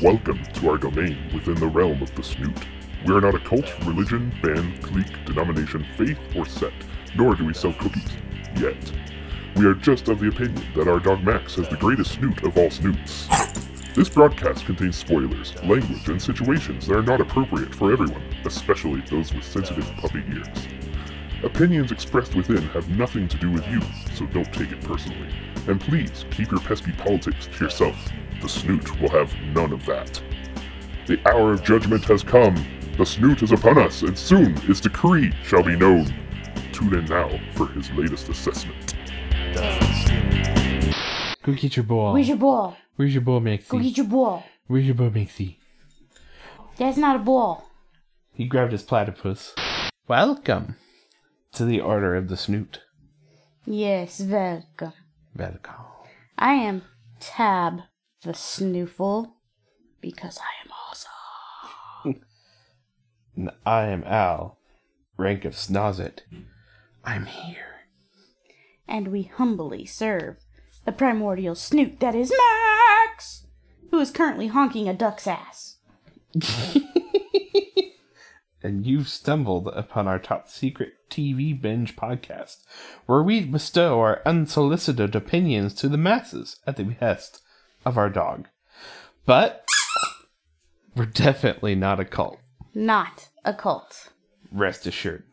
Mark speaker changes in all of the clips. Speaker 1: Welcome to our domain within the realm of the snoot. We are not a cult, religion, band, clique, denomination, faith, or sect, nor do we sell cookies. Yet. We are just of the opinion that our dog Max has the greatest snoot of all snoots. This broadcast contains spoilers, language, and situations that are not appropriate for everyone, especially those with sensitive puppy ears. Opinions expressed within have nothing to do with you, so don't take it personally. And please keep your pesky politics to yourself. The snoot will have none of that. The hour of judgment has come. The snoot is upon us, and soon his decree shall be known. Tune in now for his latest assessment.
Speaker 2: Go get your ball.
Speaker 3: Where's your ball?
Speaker 2: Where's your ball,
Speaker 3: Go
Speaker 2: Maxie?
Speaker 3: get your ball.
Speaker 2: Where's your ball, Maxie?
Speaker 3: That's not a ball.
Speaker 2: He grabbed his platypus. Welcome to the Order of the Snoot.
Speaker 3: Yes, welcome.
Speaker 2: Welcome.
Speaker 3: I am Tab the Snoofle because I am awesome.
Speaker 2: And I am Al, rank of Snozit. I'm here.
Speaker 3: And we humbly serve the primordial snoot that is Max, who is currently honking a duck's ass.
Speaker 2: And you've stumbled upon our top secret TV binge podcast, where we bestow our unsolicited opinions to the masses at the behest of our dog. But we're definitely not a cult.
Speaker 3: Not a cult.
Speaker 2: rest assured.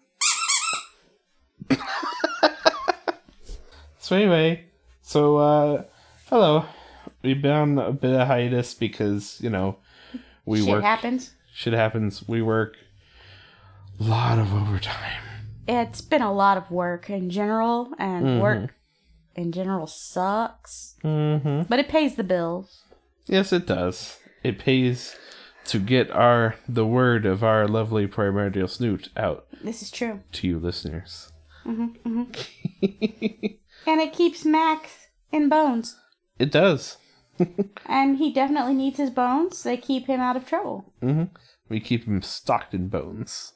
Speaker 2: so anyway, so uh hello. We've been on a bit of hiatus because, you know, we
Speaker 3: Shit
Speaker 2: work
Speaker 3: happens.
Speaker 2: shit happens. We work a lot of overtime.
Speaker 3: It's been a lot of work in general, and work in general sucks.
Speaker 2: Mm-hmm.
Speaker 3: But it pays the bills.
Speaker 2: Yes it does. It pays to get our the word of our lovely primordial snoot out
Speaker 3: This is true.
Speaker 2: to you listeners.
Speaker 3: And it keeps Max in bones.
Speaker 2: It does.
Speaker 3: And he definitely needs his bones. They keep him out of trouble.
Speaker 2: We keep him stocked in bones.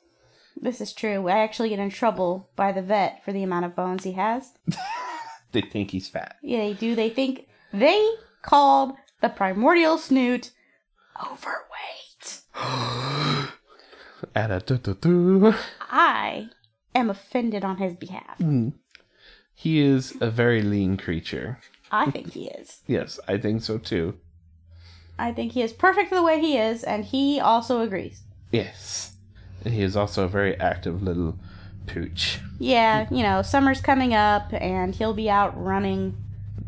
Speaker 3: This is true. I actually get in trouble by the vet for the amount of bones he has.
Speaker 2: They think he's fat.
Speaker 3: Yeah, they do. They think they called the primordial snoot overweight.
Speaker 2: At a doo doo doo.
Speaker 3: I am offended on his behalf.
Speaker 2: He is a very lean creature.
Speaker 3: I think he is.
Speaker 2: Yes, I think so too.
Speaker 3: I think he is perfect the way he is, and he also agrees.
Speaker 2: Yes. He is also a very active little pooch.
Speaker 3: Yeah, you know, summer's coming up, and he'll be out running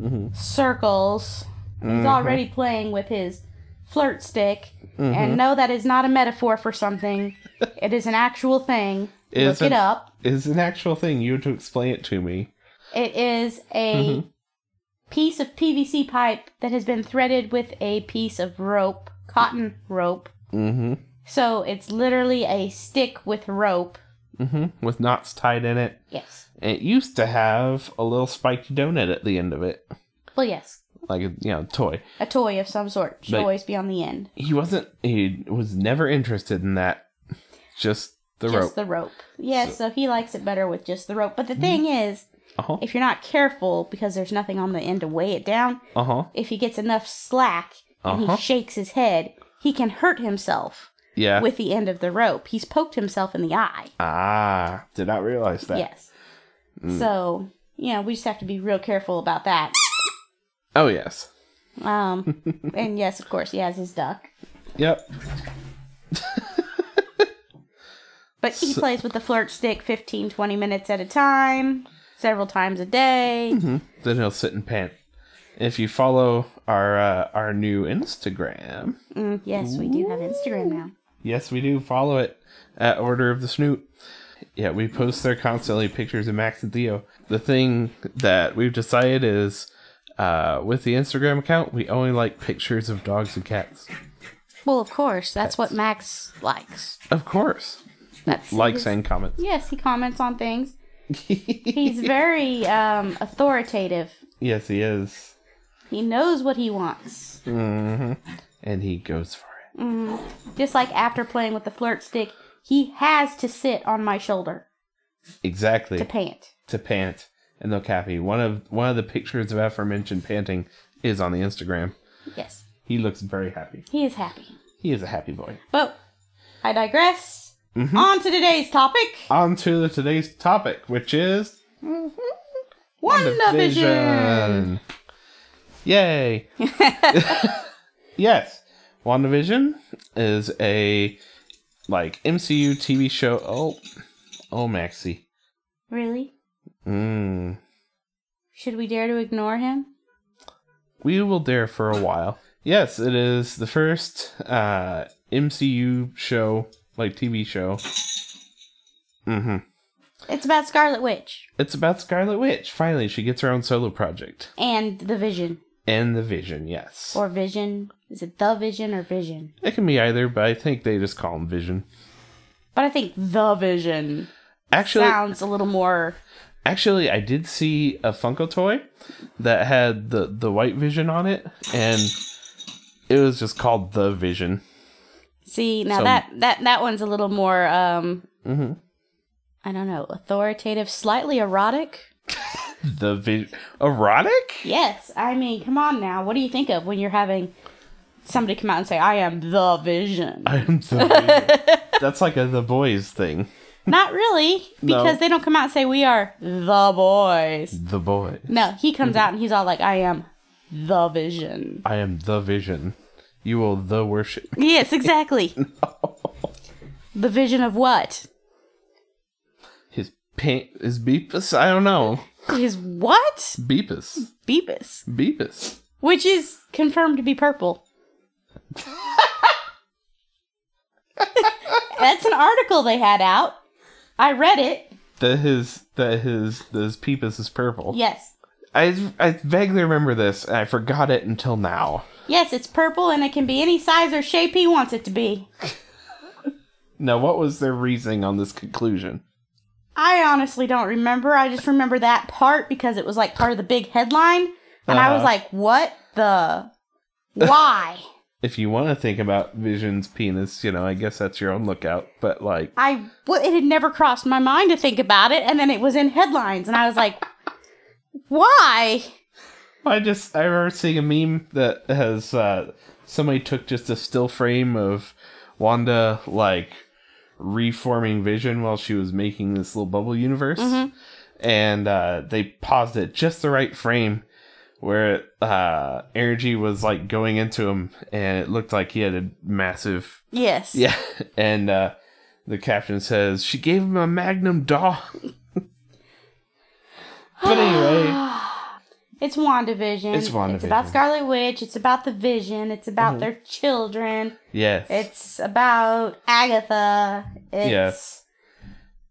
Speaker 2: Mm-hmm.
Speaker 3: circles.
Speaker 2: Mm,
Speaker 3: He's already playing with his flirt stick,
Speaker 2: Mm-hmm.
Speaker 3: and no, that is not a metaphor for something. it is an actual thing.
Speaker 2: Is
Speaker 3: Look
Speaker 2: an-
Speaker 3: it up.
Speaker 2: It's an actual thing. You had to explain it to me.
Speaker 3: It is a
Speaker 2: Mm-hmm.
Speaker 3: piece of PVC pipe that has been threaded with a piece of rope, cotton rope.
Speaker 2: Mm-hmm.
Speaker 3: So it's literally a stick with rope.
Speaker 2: Mm-hmm. With knots tied in it.
Speaker 3: Yes.
Speaker 2: It used to have a little spiked donut at the end of it.
Speaker 3: Well, yes.
Speaker 2: Like a you know, toy.
Speaker 3: A toy of some sort should
Speaker 2: But-
Speaker 3: always be on the end.
Speaker 2: He wasn't he was never interested in that. Just the
Speaker 3: just
Speaker 2: rope. Mm-hmm.
Speaker 3: the rope. Yeah, so. he likes it better with just the rope. But the thing is,
Speaker 2: Uh-huh.
Speaker 3: if you're not careful, because there's nothing on the end to weigh it down,
Speaker 2: Uh-huh.
Speaker 3: if he gets enough slack and
Speaker 2: Uh-huh.
Speaker 3: he shakes his head, he can hurt himself
Speaker 2: Yeah.
Speaker 3: with the end of the rope. He's poked himself in the eye.
Speaker 2: ah. Did not realize that.
Speaker 3: Yes.
Speaker 2: Mm.
Speaker 3: So, you know, we just have to be real careful about that.
Speaker 2: Oh yes.
Speaker 3: Um, and yes, of course, he has his duck.
Speaker 2: Yep.
Speaker 3: But he plays with the flirt stick 15, 20 minutes at a time, several times a day.
Speaker 2: then he'll sit and pant. If you follow our uh, our new Instagram,
Speaker 3: Mm, yes, we do have Instagram now.
Speaker 2: yes, we do follow it at Order of the Snoot. Yeah, we post there constantly pictures of Max and Theo. The thing that we've decided is, uh, with the Instagram account, we only like pictures of dogs and cats.
Speaker 3: Well, of course, that's what Max likes.
Speaker 2: Of course,
Speaker 3: That's
Speaker 2: likes and comments.
Speaker 3: Yes, he comments on things. He's very um, authoritative.
Speaker 2: Yes, he is,
Speaker 3: He knows what he wants.
Speaker 2: and he goes for it.
Speaker 3: Just like after playing with the flirt stick, he has to sit on my shoulder
Speaker 2: Exactly.
Speaker 3: to pant.
Speaker 2: to pant and they'll copy. One of one of the pictures of aforementioned panting is on the Instagram.
Speaker 3: Yes.
Speaker 2: He looks very happy.
Speaker 3: He is happy.
Speaker 2: He is a happy boy.
Speaker 3: But I digress. On to today's topic
Speaker 2: On to the, today's topic, which is
Speaker 3: WandaVision.
Speaker 2: WandaVision. Yay! yes, WandaVision is a like MCU TV show. Oh, oh, Maxie.
Speaker 3: Really?
Speaker 2: Mm.
Speaker 3: Should we dare to ignore him?
Speaker 2: We will dare for a while. Yes, it is the first uh, MCU show, like TV show. hmm
Speaker 3: It's about Scarlet Witch
Speaker 2: It's about Scarlet Witch. Finally, she gets her own solo project.
Speaker 3: and the Vision.
Speaker 2: And the Vision, yes.
Speaker 3: Or Vision. Is it the Vision or Vision?
Speaker 2: It can be either, but I think they just call him Vision.
Speaker 3: But I think the Vision
Speaker 2: Actually,
Speaker 3: sounds a little more.
Speaker 2: actually, I did see a Funko toy that had the the white Vision on it, and it was just called the Vision.
Speaker 3: See, now
Speaker 2: So-
Speaker 3: that, that that one's a little more um
Speaker 2: hmm
Speaker 3: I don't know, authoritative, slightly erotic.
Speaker 2: The Vision, erotic.
Speaker 3: Yes, I mean, come on now. What do you think of when you're having somebody come out and say, "I am the Vision"?
Speaker 2: I am the Vision. That's like a the boys thing.
Speaker 3: Not really,
Speaker 2: No.
Speaker 3: because they don't come out and say, "We are the boys."
Speaker 2: The boy.
Speaker 3: No, he comes
Speaker 2: Mm-hmm.
Speaker 3: out and he's all like, "I am the Vision."
Speaker 2: I am the Vision. You will the worship.
Speaker 3: Yes, exactly. The vision of what?
Speaker 2: His paint is Beepus. I don't know.
Speaker 3: His what?
Speaker 2: Beepus.
Speaker 3: Beepus,
Speaker 2: Beepus.
Speaker 3: which is confirmed to be purple. That's an article they had out. I read it.
Speaker 2: That his that his that his Peepus is purple.
Speaker 3: Yes.
Speaker 2: I, I vaguely remember this, and I forgot it until now.
Speaker 3: Yes, it's purple and it can be any size or shape he wants it to be.
Speaker 2: Now, what was their reasoning on this conclusion?
Speaker 3: I honestly don't remember. I just remember that part because it was like part of the big headline. And I was
Speaker 2: Uh-huh.
Speaker 3: like, what the? Why?
Speaker 2: If you want to think about Vision's penis, you know, I guess that's your own lookout. But like,
Speaker 3: I, well, it had never crossed my mind to think about it. And then it was in headlines. And I was like, why?
Speaker 2: I just I remember seeing a meme that has uh, somebody took just a still frame of Wanda like reforming Vision while she was making this little bubble universe, and uh, they paused it just the right frame where uh, energy was like going into him, and it looked like he had a massive
Speaker 3: Yes.
Speaker 2: yeah. And uh, the caption says she gave him a magnum dog. but anyway.
Speaker 3: It's WandaVision.
Speaker 2: It's
Speaker 3: It's about
Speaker 2: WandaVision. Mm-hmm.
Speaker 3: Scarlet Witch. It's about the vision. It's about their children.
Speaker 2: Yes.
Speaker 3: It's about Agatha. It's
Speaker 2: Yes.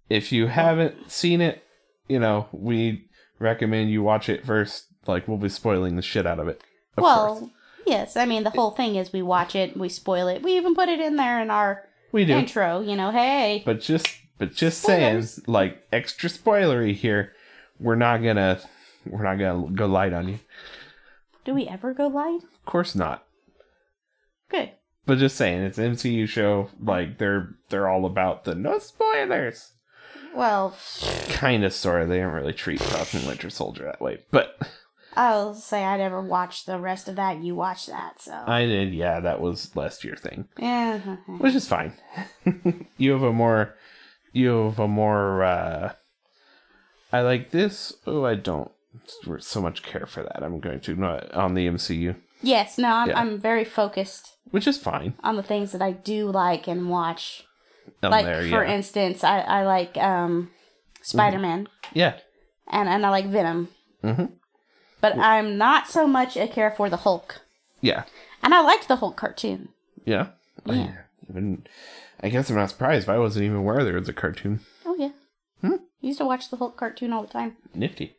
Speaker 2: if you haven't seen it, you know, we recommend you watch it first. Like, we'll be spoiling the shit out of it. Of
Speaker 3: well,
Speaker 2: course.
Speaker 3: yes. I mean, the whole thing is we watch it, we spoil it, we even put it in there in our
Speaker 2: we do.
Speaker 3: intro. You know, hey,
Speaker 2: But just, but just
Speaker 3: Spoilers.
Speaker 2: saying, like, extra spoilery here. We're not gonna, we're not gonna go light on you.
Speaker 3: do we ever go live?
Speaker 2: Of course not.
Speaker 3: Good.
Speaker 2: But just saying, it's an MCU show. Like, they're they're all about the no spoilers.
Speaker 3: Well,
Speaker 2: Kind of, sort of. They don't really treat Falcon Winter Soldier that way, but
Speaker 3: I'll say I never watched the rest of that. You watched that, so
Speaker 2: I did. Yeah, that was last year thing.
Speaker 3: yeah.
Speaker 2: which is fine. you have a more, you have a more. uh I like this. Oh, I don't We're so much care for that. I'm going to not on the MCU,
Speaker 3: Yes. No, I'm,
Speaker 2: Yeah.
Speaker 3: I'm very focused
Speaker 2: which is fine.
Speaker 3: on the things that I do like and watch.
Speaker 2: Down
Speaker 3: like
Speaker 2: there,
Speaker 3: for
Speaker 2: yeah,
Speaker 3: instance, I, I like um, Spider Man
Speaker 2: yeah.
Speaker 3: and and I like Venom,
Speaker 2: Mhm.
Speaker 3: but I'm not so much a care for the Hulk.
Speaker 2: yeah,
Speaker 3: And I liked the Hulk cartoon.
Speaker 2: yeah, I
Speaker 3: Yeah.
Speaker 2: even, I guess I'm not surprised. If I wasn't even aware there was a cartoon.
Speaker 3: Oh yeah.
Speaker 2: Hmm?
Speaker 3: I used to watch the Hulk cartoon all the time.
Speaker 2: Nifty.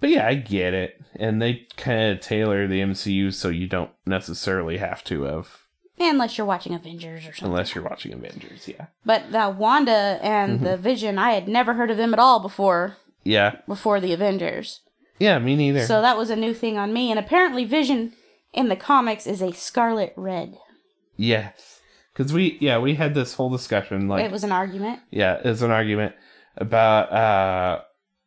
Speaker 2: But yeah, I get it, and they kind of tailor the MCU so you don't necessarily have to have,
Speaker 3: Unless you're watching Avengers or something.
Speaker 2: unless you're watching Avengers. Yeah,
Speaker 3: But the Wanda and
Speaker 2: Mm-hmm.
Speaker 3: the Vision, I had never heard of them at all before
Speaker 2: yeah,
Speaker 3: before the Avengers.
Speaker 2: yeah. Me neither.
Speaker 3: So that was a new thing on me. And apparently Vision in the comics is a scarlet red.
Speaker 2: Yes. Because we, yeah, we had this whole discussion, like,
Speaker 3: it was an argument.
Speaker 2: yeah, it's an argument about, uh,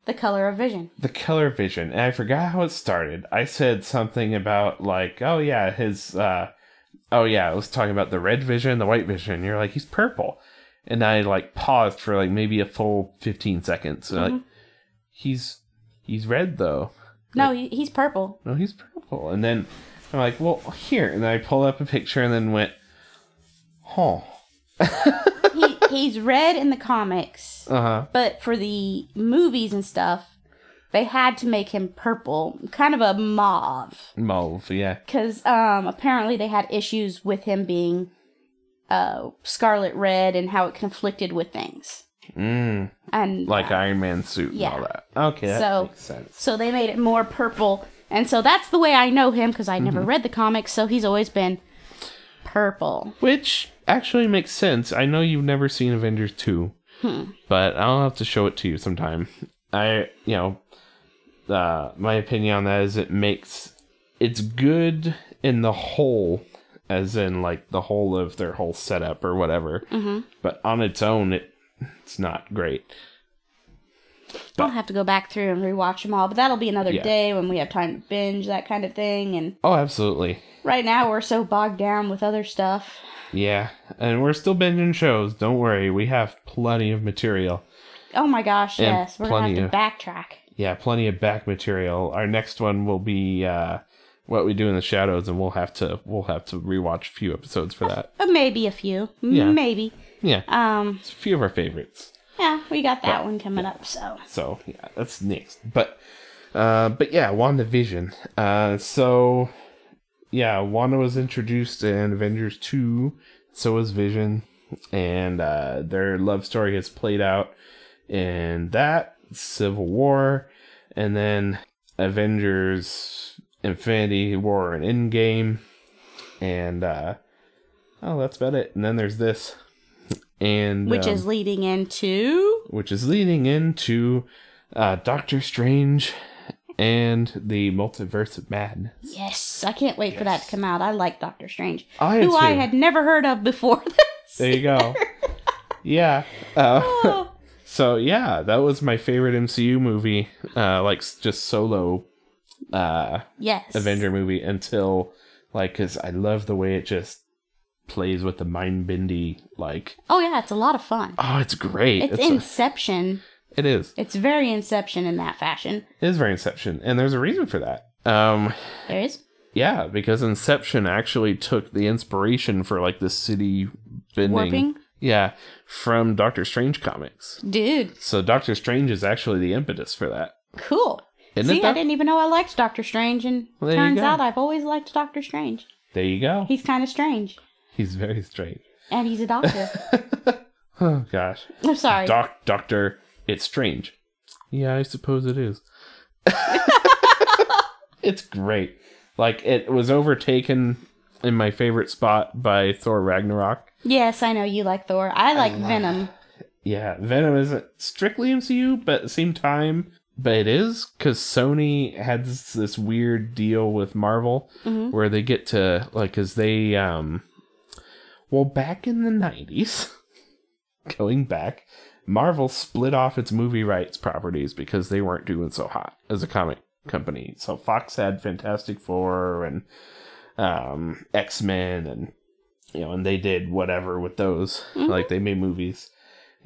Speaker 3: The Color of Vision.
Speaker 2: the color vision and i forgot how it started i said something about like oh yeah his uh oh yeah i was talking about the red vision the white vision you're like he's purple and i like paused for like maybe a full 15 seconds and like he's he's red though
Speaker 3: No, he, he's purple.
Speaker 2: no he's purple and then i'm like well here and i pulled up a picture and then went huh
Speaker 3: he, he's red in the comics,
Speaker 2: uh-huh
Speaker 3: but for the movies and stuff, they had to make him purple, kind of a mauve.
Speaker 2: mauve yeah
Speaker 3: because um, apparently they had issues with him being uh, scarlet red and how it conflicted with things.
Speaker 2: mm,
Speaker 3: And
Speaker 2: like iron man suit and
Speaker 3: Yeah.
Speaker 2: all that okay that
Speaker 3: So-
Speaker 2: makes sense
Speaker 3: so they made it more purple. And so that's the way I know him because I
Speaker 2: Mm-hmm.
Speaker 3: never read the comics, so he's always been purple.
Speaker 2: Which actually makes sense. I know you've never seen Avengers 2,
Speaker 3: Hmm.
Speaker 2: but I'll have to show it to you sometime. I, you know, uh, my opinion on that is it makes it's good in the whole, as in like the whole of their whole setup or whatever.
Speaker 3: Mm-hmm.
Speaker 2: But on its own, it it's not great.
Speaker 3: I'll have to go back through and rewatch them all, but that'll be another
Speaker 2: Yeah.
Speaker 3: day when we have time to binge that kind of thing. And
Speaker 2: Oh, absolutely,
Speaker 3: right now we're so bogged down with other stuff.
Speaker 2: yeah. And we're still binging shows. Don't worry, we have plenty of material.
Speaker 3: Oh my gosh,
Speaker 2: And
Speaker 3: yes, we're gonna
Speaker 2: plenty
Speaker 3: have to
Speaker 2: of-
Speaker 3: backtrack.
Speaker 2: Yeah, plenty of back material. Our next one will be uh, what we do in the shadows, and we'll have to we'll have to rewatch a few episodes for that.
Speaker 3: But maybe a few,
Speaker 2: Yeah.
Speaker 3: maybe.
Speaker 2: Yeah,
Speaker 3: Um,
Speaker 2: it's a few of our favorites.
Speaker 3: yeah, we got that one coming up. So
Speaker 2: So yeah, that's next. But uh, but yeah, WandaVision. Uh, so yeah, Wanda was introduced in Avengers two. So was Vision, and uh, their love story is played out in that Civil War, and then Avengers Infinity War and Endgame, and uh, oh, that's about it. And then there's this, and
Speaker 3: which
Speaker 2: um,
Speaker 3: is leading into
Speaker 2: which is leading into uh, Doctor Strange and the Multiverse of Madness.
Speaker 3: yes i can't wait for that to come out i like doctor strange
Speaker 2: I
Speaker 3: who
Speaker 2: too.
Speaker 3: i had never heard of before this
Speaker 2: There you go. yeah. Uh,
Speaker 3: Oh,
Speaker 2: so yeah, that was my favorite MCU movie, uh, like s- just solo uh,
Speaker 3: yes
Speaker 2: Avenger movie until like because I love the way it just plays with the mind bendy like
Speaker 3: oh yeah it's a lot of fun
Speaker 2: oh it's great
Speaker 3: it's,
Speaker 2: a-
Speaker 3: inception
Speaker 2: it is
Speaker 3: it's very inception in that fashion
Speaker 2: it is very inception and there's a reason for that um
Speaker 3: there is
Speaker 2: Yeah, because Inception actually took the inspiration for like the city bending.
Speaker 3: warping
Speaker 2: Yeah, from Doctor Strange comics.
Speaker 3: dude
Speaker 2: So Doctor Strange is actually the impetus for that.
Speaker 3: cool
Speaker 2: Isn't
Speaker 3: see
Speaker 2: it?
Speaker 3: i
Speaker 2: Doc?
Speaker 3: didn't even know i liked doctor strange and
Speaker 2: Well, there you
Speaker 3: turns
Speaker 2: go.
Speaker 3: out i've always liked doctor strange
Speaker 2: There you go.
Speaker 3: he's kind of strange
Speaker 2: He's very strange.
Speaker 3: and he's a doctor
Speaker 2: Oh gosh,
Speaker 3: i'm sorry
Speaker 2: Doc Doctor, it's strange. Yeah, I suppose it is. it's great. Like it was overtaken in my favorite spot by Thor Ragnarok.
Speaker 3: yes i know you like thor i like
Speaker 2: Oh,
Speaker 3: venom
Speaker 2: yeah, Venom isn't strictly MCU, but at the same time, but it is because Sony had this, this weird deal with Marvel
Speaker 3: Mhm.
Speaker 2: where they get to like, cause they um, well, back in the nineties, going back, Marvel split off its movie rights properties because they weren't doing so hot as a comic company. So Fox had Fantastic Four and um, X Men and you know, and they did whatever with those.
Speaker 3: Mhm.
Speaker 2: Like they made movies,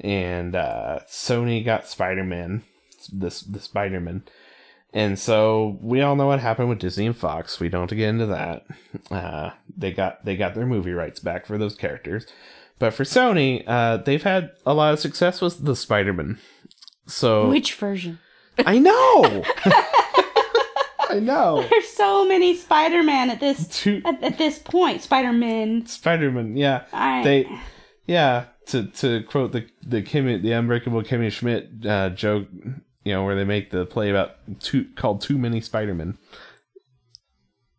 Speaker 2: and uh, Sony got Spider Man, this the Spider Man, and so we all know what happened with Disney and Fox. We don't have to get into that. Uh, they got they got their movie rights back for those characters, but for Sony, uh, they've had a lot of success with the Spider Man. So
Speaker 3: which version
Speaker 2: I know, I know.
Speaker 3: There's so many Spider-Man at this
Speaker 2: Two
Speaker 3: at, at this point. Spider-Man.
Speaker 2: Spider Man, yeah.
Speaker 3: I,
Speaker 2: they yeah to to quote the the Kimmy the unbreakable Kimmy Schmidt uh, joke you know where they make the play about too called too many Spider-Man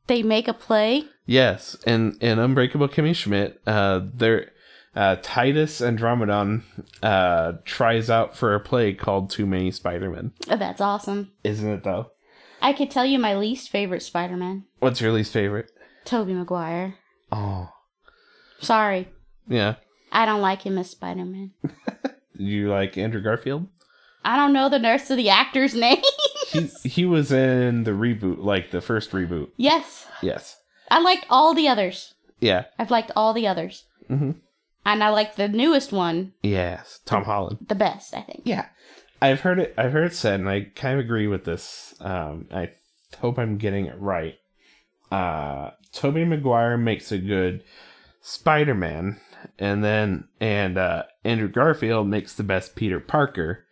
Speaker 3: they make a play.
Speaker 2: yes and and unbreakable Kimmy Schmidt uh there uh, Titus Andromedon uh, tries out for a play called Too Many Spider-Men.
Speaker 3: Oh, that's awesome.
Speaker 2: Isn't it though?
Speaker 3: I could tell you my least favorite Spider-Man,
Speaker 2: What's your least favorite?
Speaker 3: Toby Maguire.
Speaker 2: Oh,
Speaker 3: Sorry,
Speaker 2: yeah.
Speaker 3: I don't like him as Spider-Man.
Speaker 2: Do you like Andrew Garfield?
Speaker 3: I don't know the nurse of the actor's name.
Speaker 2: He, he was in the reboot, like the first reboot.
Speaker 3: yes.
Speaker 2: Yes.
Speaker 3: I liked all the others.
Speaker 2: Yeah.
Speaker 3: I've liked all the others.
Speaker 2: hmm
Speaker 3: And I like the newest one
Speaker 2: Yes. Tom Holland.
Speaker 3: the best, I think.
Speaker 2: Yeah, I've heard it. I've heard it said, and I kind of agree with this. Um, I hope I'm getting it right. Uh, Toby Maguire makes a good Spider-Man, and then and uh, Andrew Garfield makes the best Peter Parker,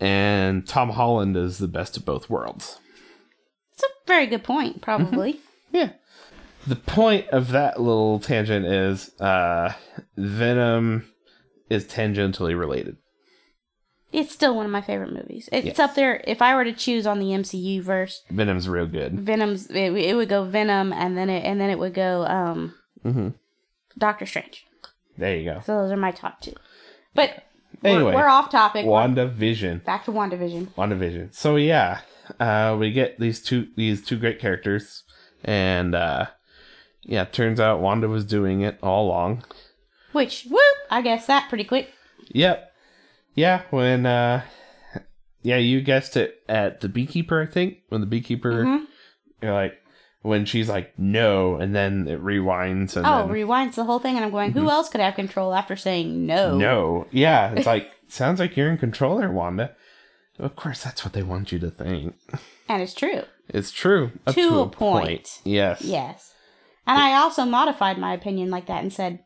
Speaker 2: and Tom Holland is the best of both worlds.
Speaker 3: It's a very good point, probably.
Speaker 2: Mm-hmm. Yeah. The point of that little tangent is uh, Venom is tangentially related.
Speaker 3: It's still one of my favorite movies. It's
Speaker 2: Yes.
Speaker 3: up there. If I were to choose on the MCU verse,
Speaker 2: Venom's real good.
Speaker 3: Venom's it, it would go Venom, and then it and then it would go um,
Speaker 2: hmm
Speaker 3: Doctor Strange.
Speaker 2: There you go.
Speaker 3: So those are my top two. But
Speaker 2: Anyway.
Speaker 3: we're, we're off topic.
Speaker 2: WandaVision.
Speaker 3: Back to Wandavision.
Speaker 2: WandaVision. So yeah, uh, we get these two these two great characters, and uh, yeah, turns out Wanda was doing it all along.
Speaker 3: Which whoop, I guess that pretty quick.
Speaker 2: Yep. Yeah, when uh, yeah, you guessed it at the beekeeper, I think. When the beekeeper,
Speaker 3: Mhm.
Speaker 2: you're like, when she's like, no, and then it rewinds and
Speaker 3: Oh,
Speaker 2: then Mm-hmm.
Speaker 3: rewinds the whole thing, and I'm going. Who else could have control after saying no?
Speaker 2: no, yeah, it's like sounds like you're in control there, Wanda. Of course, that's what they want you to think.
Speaker 3: and it's true.
Speaker 2: It's true up
Speaker 3: To
Speaker 2: to,
Speaker 3: a
Speaker 2: a point.
Speaker 3: point.
Speaker 2: Yes.
Speaker 3: Yes. And I also modified my opinion like that and said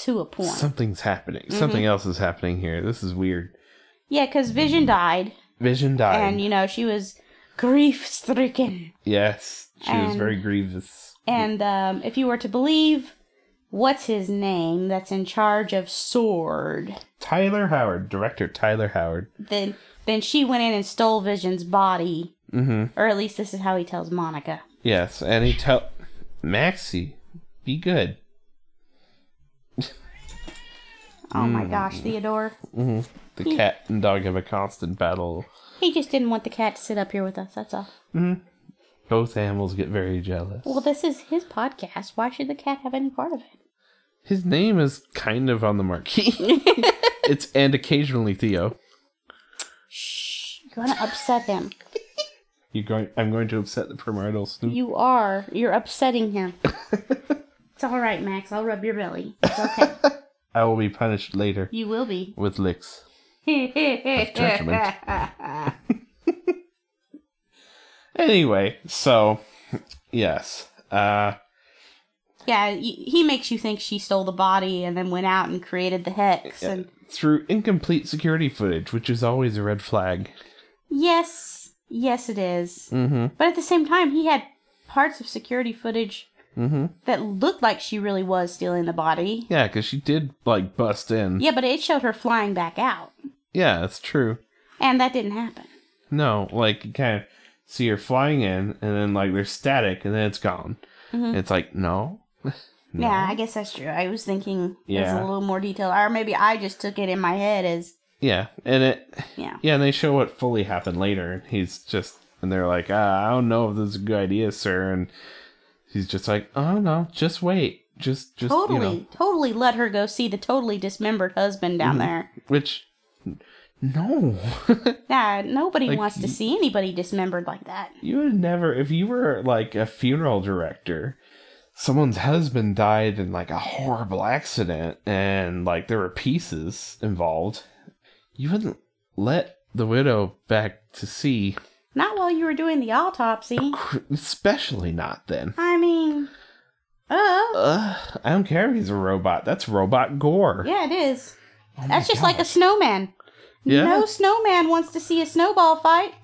Speaker 3: to a point.
Speaker 2: Something's happening.
Speaker 3: Mm-hmm.
Speaker 2: Something else is happening here. This is weird.
Speaker 3: yeah, because Vision died.
Speaker 2: Vision died.
Speaker 3: and you know she was grief stricken
Speaker 2: yes, she was
Speaker 3: and-
Speaker 2: very grievous.
Speaker 3: and um, if you were to believe what's his name that's in charge of sword
Speaker 2: Tyler Howard, director Tyler Howard.
Speaker 3: then then she went in and stole vision's body
Speaker 2: Mm-hmm.
Speaker 3: or at least this is how he tells monica
Speaker 2: Yes, and he tell Maxie, be good.
Speaker 3: oh my
Speaker 2: Mm.
Speaker 3: gosh theodore
Speaker 2: The cat and dog have a constant battle.
Speaker 3: he just didn't want the cat to sit up here with us that's all
Speaker 2: Both animals get very jealous.
Speaker 3: well this is his podcast why should the cat have any part of it
Speaker 2: His name is kind of on the marquee. it's and occasionally Theo.
Speaker 3: shh you're gonna upset him
Speaker 2: You going? I'm going to upset the primordial Snoop.
Speaker 3: you are you're upsetting him it's all right max i'll rub your belly it's okay
Speaker 2: I will be punished later
Speaker 3: you will be
Speaker 2: with licks. judgment.
Speaker 3: That's
Speaker 2: Anyway, so yes. Uh
Speaker 3: Yeah, y- he makes you think she stole the body and then went out and created the hex. And
Speaker 2: through incomplete security footage, which is always a red flag.
Speaker 3: yes, yes, it is.
Speaker 2: Mm-hmm.
Speaker 3: But at the same time, he had parts of security footage
Speaker 2: Mm-hmm.
Speaker 3: that looked like she really was stealing the body.
Speaker 2: Yeah, because she did like bust in.
Speaker 3: Yeah, but it showed her flying back out,
Speaker 2: Yeah, that's true.
Speaker 3: and that didn't happen.
Speaker 2: No, like you kind of see her flying in, and then like there's static, and then it's gone.
Speaker 3: Mhm.
Speaker 2: It's like no. no.
Speaker 3: Yeah, I guess that's true. I was thinking it's
Speaker 2: Yeah.
Speaker 3: a little more detailed, or maybe I just took it in my head as
Speaker 2: Yeah, and it.
Speaker 3: yeah.
Speaker 2: Yeah, and they show what fully happened later. and He's just, and they're like, ah, I don't know if this is a good idea, sir. And he's just like, oh no, just wait, just, just,
Speaker 3: Totally,
Speaker 2: you know, Mm-hmm.
Speaker 3: totally let her go see the totally dismembered husband down there.
Speaker 2: which, no,
Speaker 3: Yeah, nobody
Speaker 2: Like,
Speaker 3: wants
Speaker 2: y-
Speaker 3: to see anybody dismembered like that.
Speaker 2: you would never, if you were like a funeral director, someone's husband died in like a horrible accident, and like there were pieces involved, you wouldn't let the widow back to see,
Speaker 3: Not while you were doing the autopsy.
Speaker 2: especially not then.
Speaker 3: I mean, oh,
Speaker 2: Ugh, I don't care if he's a robot. That's robot gore.
Speaker 3: yeah, it is.
Speaker 2: Oh my
Speaker 3: That's just like a
Speaker 2: gosh.
Speaker 3: snowman.
Speaker 2: Yeah.
Speaker 3: No snowman wants to see a snowball fight.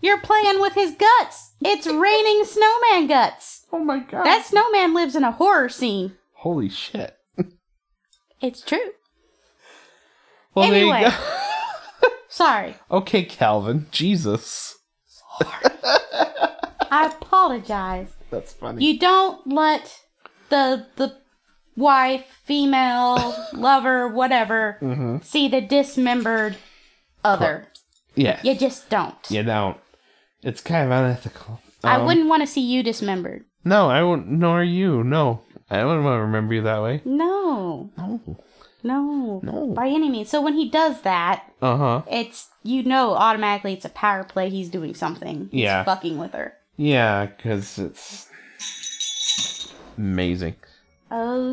Speaker 3: You're playing with his guts. It's raining snowman guts.
Speaker 2: Oh my god.
Speaker 3: That snowman lives in a horror scene.
Speaker 2: Holy shit.
Speaker 3: It's true.
Speaker 2: Well, there you
Speaker 3: Anyway.
Speaker 2: go.
Speaker 3: Sorry.
Speaker 2: Okay, Calvin. Jesus.
Speaker 3: I apologize.
Speaker 2: That's funny.
Speaker 3: You don't let the the wife, female, lover, whatever
Speaker 2: mm-hmm.
Speaker 3: see the dismembered other.
Speaker 2: Yeah.
Speaker 3: You just don't.
Speaker 2: You don't. It's kind of unethical.
Speaker 3: I
Speaker 2: Um,
Speaker 3: wouldn't want to see you dismembered.
Speaker 2: No, I won't. Nor you. No. I wouldn't want to remember you that way.
Speaker 3: No.
Speaker 2: No.
Speaker 3: No.
Speaker 2: No.
Speaker 3: By any means. So when he does that,
Speaker 2: Uh huh.
Speaker 3: it's you know automatically it's a power play. He's doing something. He's
Speaker 2: Yeah.
Speaker 3: fucking with her.
Speaker 2: Yeah, because it's amazing.
Speaker 3: Oh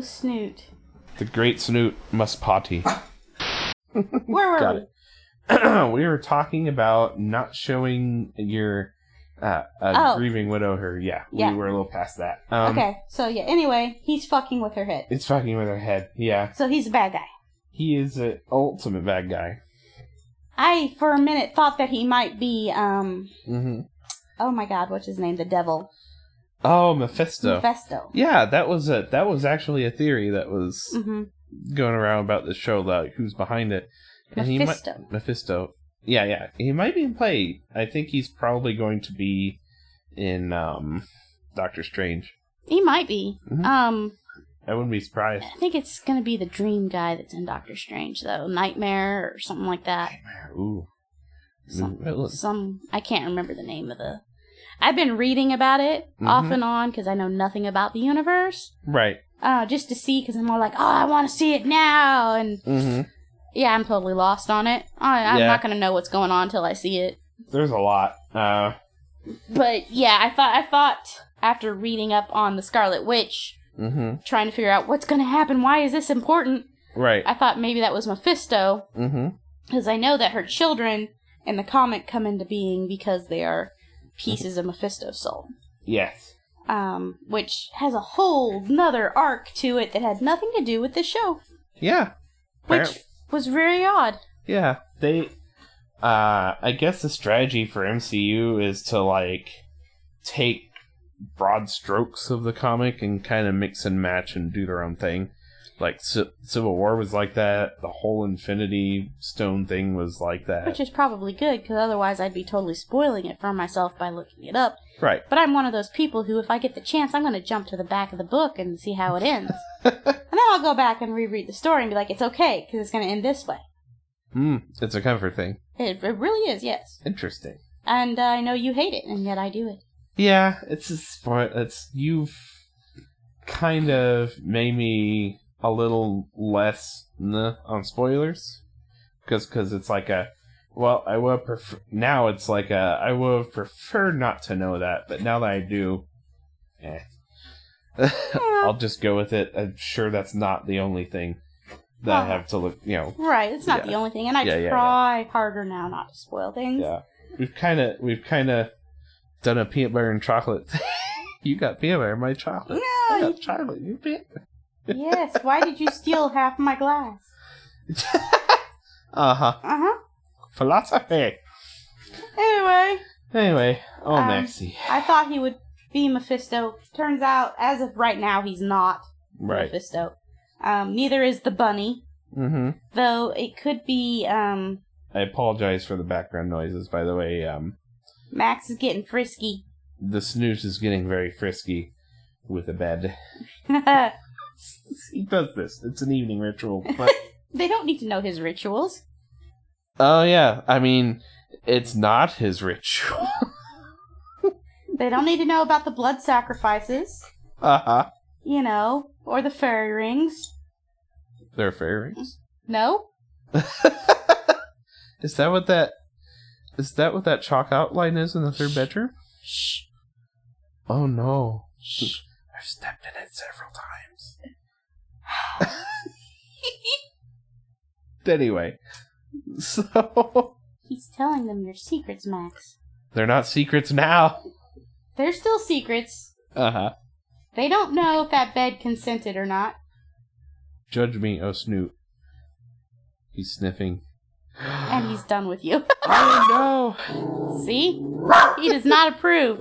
Speaker 3: snoot.
Speaker 2: The great snoot must potty.
Speaker 3: Where were
Speaker 2: Got
Speaker 3: we?
Speaker 2: it. we were talking about not showing your uh, a
Speaker 3: Oh.
Speaker 2: grieving widow her. Yeah,
Speaker 3: Yeah.
Speaker 2: we were a little past that. Um,
Speaker 3: okay. So yeah. Anyway, he's fucking with her head.
Speaker 2: It's fucking with her head. Yeah,
Speaker 3: So he's a bad guy.
Speaker 2: he is an ultimate bad guy.
Speaker 3: I for a minute thought that he might be um
Speaker 2: Mm-hmm.
Speaker 3: oh my god what's his name the devil
Speaker 2: Oh, Mephisto.
Speaker 3: Mephisto.
Speaker 2: yeah, that was a that was actually a theory that was
Speaker 3: hmm
Speaker 2: going around about this show, like who's behind it. he might-
Speaker 3: Mephisto.
Speaker 2: Mephisto. Yeah, yeah. He might be in play. I think he's probably going to be in um Doctor Strange.
Speaker 3: He might be.
Speaker 2: Mhm.
Speaker 3: Um,
Speaker 2: I wouldn't be surprised.
Speaker 3: I think it's gonna be the dream guy that's in Doctor Strange though, Nightmare or something like that.
Speaker 2: Ooh.
Speaker 3: Some,
Speaker 2: Villain.
Speaker 3: some I can't remember the name of the. I've been reading about it off
Speaker 2: Mhm.
Speaker 3: and on because I know nothing about the universe.
Speaker 2: Right.
Speaker 3: Uh, just to see because I'm all like, oh, I want to see it now, and
Speaker 2: Mm-hmm.
Speaker 3: yeah, I'm totally lost on it. I, I'm
Speaker 2: Yeah.
Speaker 3: not gonna know what's going on till I see it.
Speaker 2: There's a lot. Uh
Speaker 3: But yeah, I thought I thought after reading up on the Scarlet Witch,
Speaker 2: hmm
Speaker 3: trying to figure out what's gonna happen, why is this important?
Speaker 2: Right.
Speaker 3: I thought maybe that was Mephisto,
Speaker 2: Mm-hmm.
Speaker 3: because I know that her children in the comic come into being because they are pieces of Mephisto's soul,
Speaker 2: Yes.
Speaker 3: um, which has a whole nother arc to it that had nothing to do with the show,
Speaker 2: Yeah.
Speaker 3: which was very odd.
Speaker 2: Yeah, they. Uh, I guess the strategy for MCU is to like take broad strokes of the comic and kind of mix and match and do their own thing. Like Ci- Civil War was like that. The whole Infinity Stone thing was like that.
Speaker 3: Which is probably good, because otherwise I'd be totally spoiling it for myself by looking it up.
Speaker 2: right.
Speaker 3: But I'm one of those people who, if I get the chance, I'm going to jump to the back of the book and see how it ends. and then I'll go back and reread the story and be like, it's okay, because it's going to end this way.
Speaker 2: Mm, it's a comfort thing.
Speaker 3: It, it really is, yes.
Speaker 2: Interesting.
Speaker 3: And uh, I know you hate it, and yet I do it.
Speaker 2: Yeah, it's just for- it's you've kind of made me a little less meh on spoilers because it's like a well I would prefer now it's like a I would have preferred not to know that but now that I do, eh. I'll just go with it. I'm sure that's not the only thing that I have to look. You know,
Speaker 3: Right, it's not
Speaker 2: Yeah.
Speaker 3: the only thing, and I
Speaker 2: Yeah, yeah,
Speaker 3: try harder now not to spoil things.
Speaker 2: yeah, we've kind of we've kind of done a peanut butter and chocolate. you got peanut butter, my chocolate.
Speaker 3: No,
Speaker 2: I
Speaker 3: you-
Speaker 2: got chocolate, you bitch.
Speaker 3: yes, why did you steal half my glass?
Speaker 2: uh huh.
Speaker 3: Uh huh.
Speaker 2: Philosophy.
Speaker 3: Anyway,
Speaker 2: Anyway, oh
Speaker 3: Um,
Speaker 2: Maxie.
Speaker 3: I thought he would be Mephisto. Turns out, as of right now, he's not
Speaker 2: Right.
Speaker 3: Mephisto. Um, neither is the bunny,
Speaker 2: Mm-hmm.
Speaker 3: though it could be um,
Speaker 2: I apologize for the background noises, by the way. Um,
Speaker 3: Max is getting frisky.
Speaker 2: the snoot is getting very frisky with a bed.
Speaker 3: they
Speaker 2: he does this. It's an evening ritual. But
Speaker 3: don't need to know his rituals.
Speaker 2: oh yeah, I mean, it's not his ritual.
Speaker 3: They don't need to know about the blood sacrifices,
Speaker 2: uh huh.
Speaker 3: you know, or the fairy rings.
Speaker 2: They're fairy rings.
Speaker 3: No?
Speaker 2: is that what that? Is that what that chalk outline is in the third bedroom?
Speaker 3: Shh.
Speaker 2: Oh no.
Speaker 3: Shh.
Speaker 2: I've stepped in it several times. anyway, so
Speaker 3: He's telling them your secrets, Max.
Speaker 2: they're not secrets now.
Speaker 3: They're still secrets.
Speaker 2: Uh huh.
Speaker 3: They don't know if that bed consented or not.
Speaker 2: Judge me, oh Snoot. He's sniffing.
Speaker 3: And he's done with you.
Speaker 2: oh no!
Speaker 3: See? He does not approve.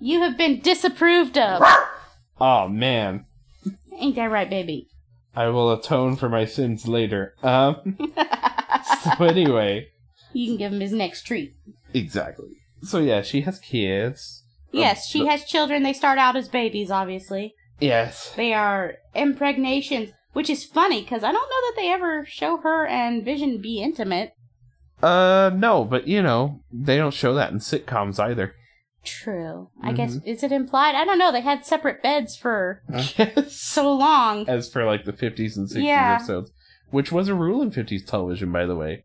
Speaker 3: You have been disapproved of.
Speaker 2: Oh man,
Speaker 3: Ain't that right, baby?
Speaker 2: I will atone for my sins later. Um. so anyway,
Speaker 3: You can give him his next treat.
Speaker 2: exactly. So yeah, she has kids.
Speaker 3: Yes, she has children. They start out as babies, obviously.
Speaker 2: Yes.
Speaker 3: They are impregnations, which is funny because I don't know that they ever show her and Vision be intimate.
Speaker 2: Uh, no, but you know they don't show that in sitcoms either.
Speaker 3: True. I guess,
Speaker 2: Mm-hmm.
Speaker 3: is it implied? I don't know. They had separate beds for
Speaker 2: Yes.
Speaker 3: so long.
Speaker 2: as for like the 50s and 60s
Speaker 3: Yeah.
Speaker 2: episodes, which was a rule in 50s television, by the way.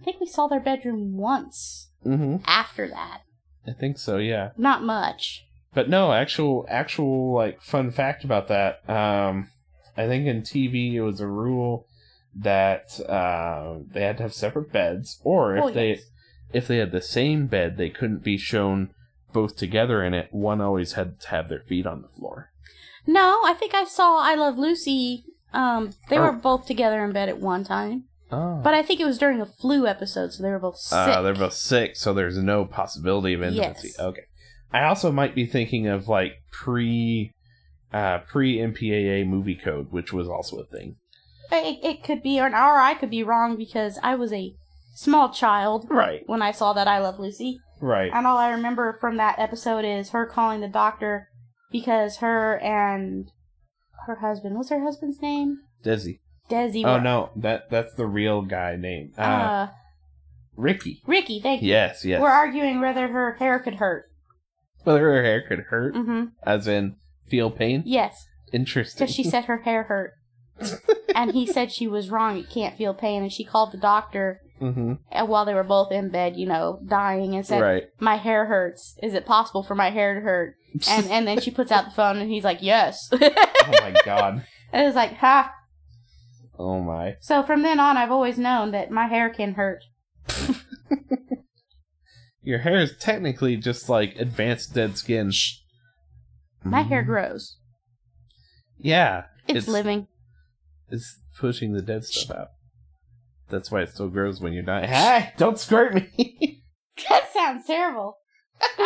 Speaker 3: I think we saw their bedroom once
Speaker 2: Mm-hmm.
Speaker 3: after that.
Speaker 2: I think so, yeah.
Speaker 3: Not much.
Speaker 2: But no, actual actual like fun fact about that. Um, I think in TV it was a rule that uh, they had to have separate beds, or if
Speaker 3: Oh,
Speaker 2: they
Speaker 3: yes.
Speaker 2: if they had the same bed, they couldn't be shown both together in it. One always had to have their feet on the floor.
Speaker 3: No, I think I saw I Love Lucy. Um, they
Speaker 2: Oh.
Speaker 3: were both together in bed at one time,
Speaker 2: Oh,
Speaker 3: but I think it was during a flu episode, so they were both sick.
Speaker 2: Ah, Uh, they're both sick, so there's no possibility of intimacy.
Speaker 3: Yes.
Speaker 2: Okay. I also might be thinking of like pre uh, pre MPAA movie code, which was also a thing.
Speaker 3: It, it could be, or, or I could be wrong because I was a small child
Speaker 2: Right.
Speaker 3: when I saw that I Love Lucy,
Speaker 2: Right.
Speaker 3: and all I remember from that episode is her calling the doctor because her and her husband what's her husband's name?
Speaker 2: Desi.
Speaker 3: Desi.
Speaker 2: Oh
Speaker 3: were-
Speaker 2: no, that that's the real guy name. Uh,
Speaker 3: Uh,
Speaker 2: Ricky.
Speaker 3: Ricky, thank you.
Speaker 2: Yes, yes.
Speaker 3: We're arguing whether her hair could hurt.
Speaker 2: Whether her hair could hurt,
Speaker 3: Mm-hmm.
Speaker 2: as in feel pain.
Speaker 3: Yes,
Speaker 2: Interesting.
Speaker 3: because she said her hair hurt, and he said she was wrong. It can't feel pain, and she called the doctor.
Speaker 2: hmm
Speaker 3: And while they were both in bed, you know, dying, and said,
Speaker 2: Right.
Speaker 3: "My hair hurts. Is it possible for my hair to hurt?" And and then she puts out the phone, and he's like, "Yes." and
Speaker 2: oh my god.
Speaker 3: it was like, "Ha!"
Speaker 2: Oh my.
Speaker 3: So from then on, I've always known that my hair can hurt.
Speaker 2: Your hair is technically just like advanced dead skin. Mm-hmm.
Speaker 3: Shh. My hair grows.
Speaker 2: Yeah.
Speaker 3: It's,
Speaker 2: It's-
Speaker 3: living.
Speaker 2: It's pushing the dead stuff out. That's why it still grows when you're dying. Hey, don't squirt me.
Speaker 3: That sounds terrible.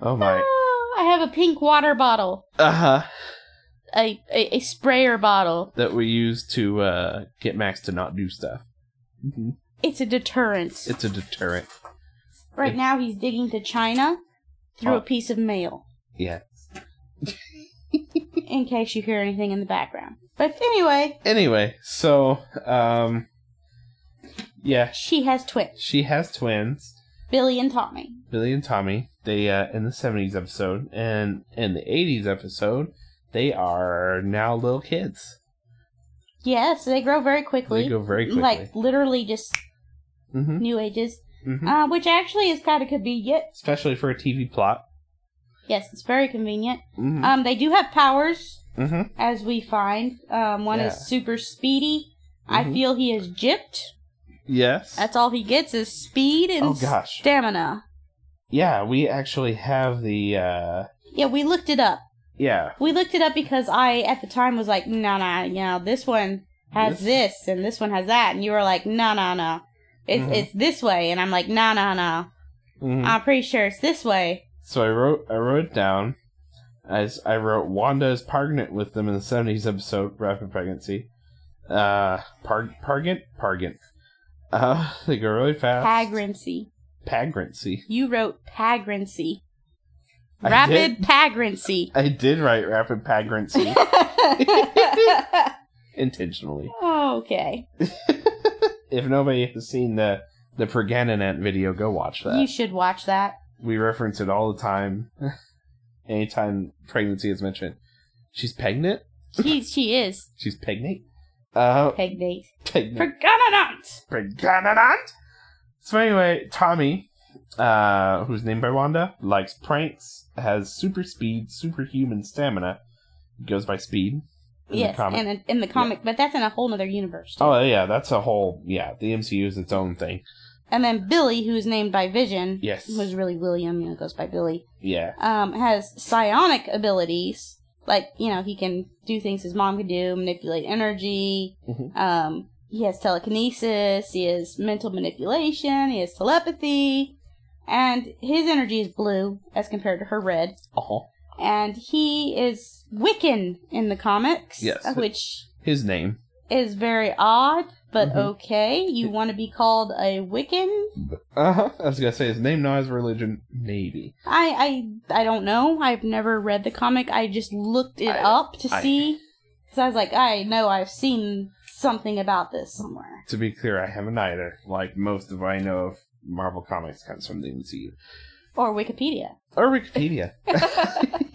Speaker 2: oh my.
Speaker 3: I have a pink water bottle,
Speaker 2: Uh huh.
Speaker 3: a, a a sprayer bottle.
Speaker 2: That we use to uh, get Max to not do stuff. Mhm.
Speaker 3: It's a deterrent.
Speaker 2: It's a deterrent.
Speaker 3: right now, he's digging to China through
Speaker 2: Oh.
Speaker 3: a piece of mail.
Speaker 2: Yeah.
Speaker 3: in case you hear anything in the background. But anyway,
Speaker 2: Anyway, so um, yeah,
Speaker 3: she has twins,
Speaker 2: she has twins,
Speaker 3: Billy and Tommy.
Speaker 2: Billy and Tommy. They uh, in the '70s episode and in the '80s episode, they are now little kids.
Speaker 3: Yes, they grow very quickly.
Speaker 2: They go very quickly.
Speaker 3: Like literally just
Speaker 2: mm-hmm,
Speaker 3: new ages,
Speaker 2: hmm
Speaker 3: uh, which actually is kind of convenient.
Speaker 2: Especially for a TV plot.
Speaker 3: Yes, it's very convenient.
Speaker 2: Mm-hmm.
Speaker 3: Um, they do have powers,
Speaker 2: hmm
Speaker 3: as we find. Um, one
Speaker 2: Yeah.
Speaker 3: is super speedy.
Speaker 2: Mhm.
Speaker 3: I feel he is gypped.
Speaker 2: Yes.
Speaker 3: That's all he gets is speed and
Speaker 2: Oh, gosh.
Speaker 3: stamina.
Speaker 2: yeah, we actually have the. uh
Speaker 3: Yeah, we looked it up.
Speaker 2: Yeah.
Speaker 3: We looked it up because I, at the time, was like, no, no, you know, this one has this and this one has that. And you were like, no, no, no. It's,
Speaker 2: Mhm.
Speaker 3: it's this way. And I'm like, no, no, no.
Speaker 2: Mhm.
Speaker 3: I'm pretty sure it's this way.
Speaker 2: So I wrote I wrote it down. As I wrote, Wanda is pregnant with them in the seventies episode Rapid Pregnancy. Uh, par- pargant, pargant. Uh, they go really fast.
Speaker 3: Pagrancy.
Speaker 2: Pagrancy.
Speaker 3: You wrote pagrancy.
Speaker 2: I
Speaker 3: Rapid
Speaker 2: did.
Speaker 3: pagrancy.
Speaker 2: I did write rapid pagrancy intentionally.
Speaker 3: okay.
Speaker 2: If nobody has seen the the Preganinant video, go watch that.
Speaker 3: You should watch that.
Speaker 2: we reference it all the time. Anytime pregnancy is mentioned, she's pregnant.
Speaker 3: She, she is
Speaker 2: She's pregnant. Uh,
Speaker 3: pegnate.
Speaker 2: pregnant.
Speaker 3: Pregnant.
Speaker 2: Pregnant. So anyway, Tommy, uh, who's named by Wanda, likes pranks, has super speed, superhuman stamina. He goes by speed. in the
Speaker 3: Yes,
Speaker 2: comic.
Speaker 3: and in, in the comic, but that's in a whole nother universe. too.
Speaker 2: oh yeah, that's a whole yeah. The MCU is its own thing.
Speaker 3: And then Billy, who is named by Vision,
Speaker 2: Yes.
Speaker 3: was really William, you know, goes by Billy,
Speaker 2: Yeah.
Speaker 3: um, has psionic abilities. Like, you know, he can do things his mom could do, manipulate energy.
Speaker 2: Mhm.
Speaker 3: Um, he has telekinesis, he has mental manipulation, he has telepathy. And his energy is blue as compared to her red.
Speaker 2: Oh,
Speaker 3: And he is Wiccan in the comics,
Speaker 2: Yes.
Speaker 3: uh, which
Speaker 2: his name.
Speaker 3: is very odd, but
Speaker 2: Mhm.
Speaker 3: okay. You want to be called a Wiccan?
Speaker 2: Uh huh. I was gonna say his name, not his religion. Maybe.
Speaker 3: I I I don't know. I've never read the comic. I just looked it
Speaker 2: I-
Speaker 3: up to
Speaker 2: I-
Speaker 3: see because I was like, I know I've seen something about this somewhere.
Speaker 2: To be clear, I haven't either. Like most of what I know of Marvel comics comes from the MCU
Speaker 3: Or Wikipedia,
Speaker 2: or Wikipedia.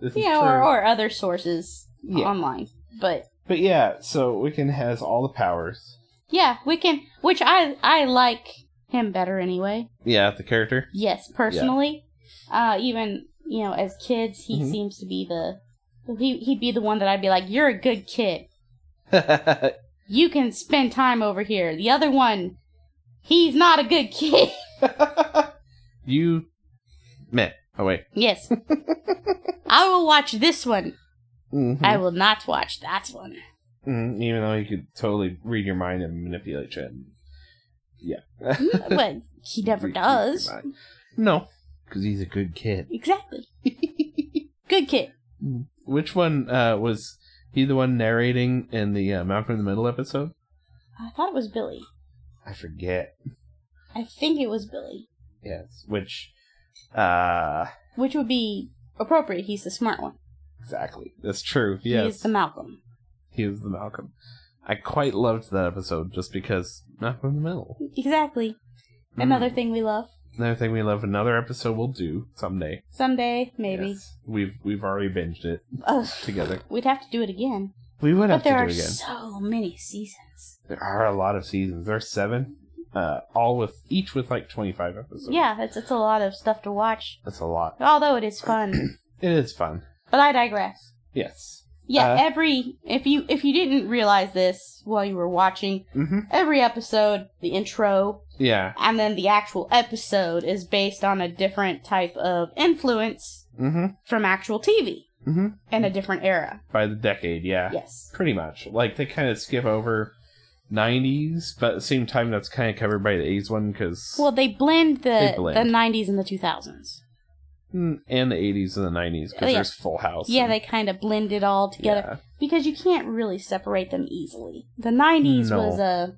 Speaker 2: This is
Speaker 3: you know, or,
Speaker 2: true.
Speaker 3: or other sources.
Speaker 2: Yeah.
Speaker 3: online. But
Speaker 2: But yeah, so Wiccan has all the powers.
Speaker 3: yeah, we can. Which I I like him better anyway.
Speaker 2: Yeah, the character.
Speaker 3: Yes, personally. Uh, even you know, as kids, he
Speaker 2: Mhm.
Speaker 3: seems to be the he he'd be the one that I'd be like, "You're a good kid. You can spend time over here." The other one, he's not a good kid.
Speaker 2: you meh. Oh wait.
Speaker 3: yes, I will watch this one.
Speaker 2: Mhm.
Speaker 3: I will not watch that one.
Speaker 2: Mhm, Even though he could totally read your mind and manipulate you. and- Yeah.
Speaker 3: but he never
Speaker 2: Read your
Speaker 3: does.
Speaker 2: mind. No, because he's a good kid.
Speaker 3: Exactly. Good kid.
Speaker 2: Which one uh, was he the one narrating in the uh, Malcolm in the Middle episode?
Speaker 3: I thought it was Billy.
Speaker 2: I forget.
Speaker 3: I think it was Billy,
Speaker 2: Yes. Which, uh,
Speaker 3: which would be appropriate. He's the smart one.
Speaker 2: exactly. That's true.
Speaker 3: He
Speaker 2: Yes.
Speaker 3: is the Malcolm.
Speaker 2: He is the Malcolm. I quite loved that episode just because Malcolm in the Middle.
Speaker 3: Exactly.
Speaker 2: Hmm.
Speaker 3: Another thing we love.
Speaker 2: Mm. Another thing we love. Another episode we'll do someday.
Speaker 3: Someday, maybe.
Speaker 2: Yes. We've we've already binged it
Speaker 3: Ugh.
Speaker 2: together.
Speaker 3: We'd have to do it again.
Speaker 2: We would have
Speaker 3: but there
Speaker 2: to
Speaker 3: are
Speaker 2: do it again.
Speaker 3: so many seasons.
Speaker 2: There are a lot of seasons. There are seven, uh, all with each with like twenty five episodes.
Speaker 3: yeah, it's, it's a lot of stuff to watch.
Speaker 2: that's a lot.
Speaker 3: Although it is fun.
Speaker 2: It is fun.
Speaker 3: but I digress.
Speaker 2: Yes.
Speaker 3: Yeah,
Speaker 2: Uh,
Speaker 3: every if you if you didn't realize this while you were watching,
Speaker 2: Mm-hmm.
Speaker 3: every episode, the intro,
Speaker 2: Yeah.
Speaker 3: and then the actual episode is based on a different type of influence
Speaker 2: Mm-hmm.
Speaker 3: from actual TV
Speaker 2: Mm-hmm.
Speaker 3: and a different era.
Speaker 2: By the decade, yeah.
Speaker 3: Yes.
Speaker 2: Pretty much. Like they kind of skip over nineties, but at the same time, that's kind of covered by the eighties one because
Speaker 3: Well, they blend the
Speaker 2: They blend.
Speaker 3: the 90s and the 2000s.
Speaker 2: mm, and the eighties and the nineties because
Speaker 3: Oh, Yeah.
Speaker 2: there's Full House.
Speaker 3: Yeah,
Speaker 2: and-
Speaker 3: they kind of blend it all together
Speaker 2: Yeah.
Speaker 3: because you can't really separate them easily. The 90s
Speaker 2: No.
Speaker 3: was a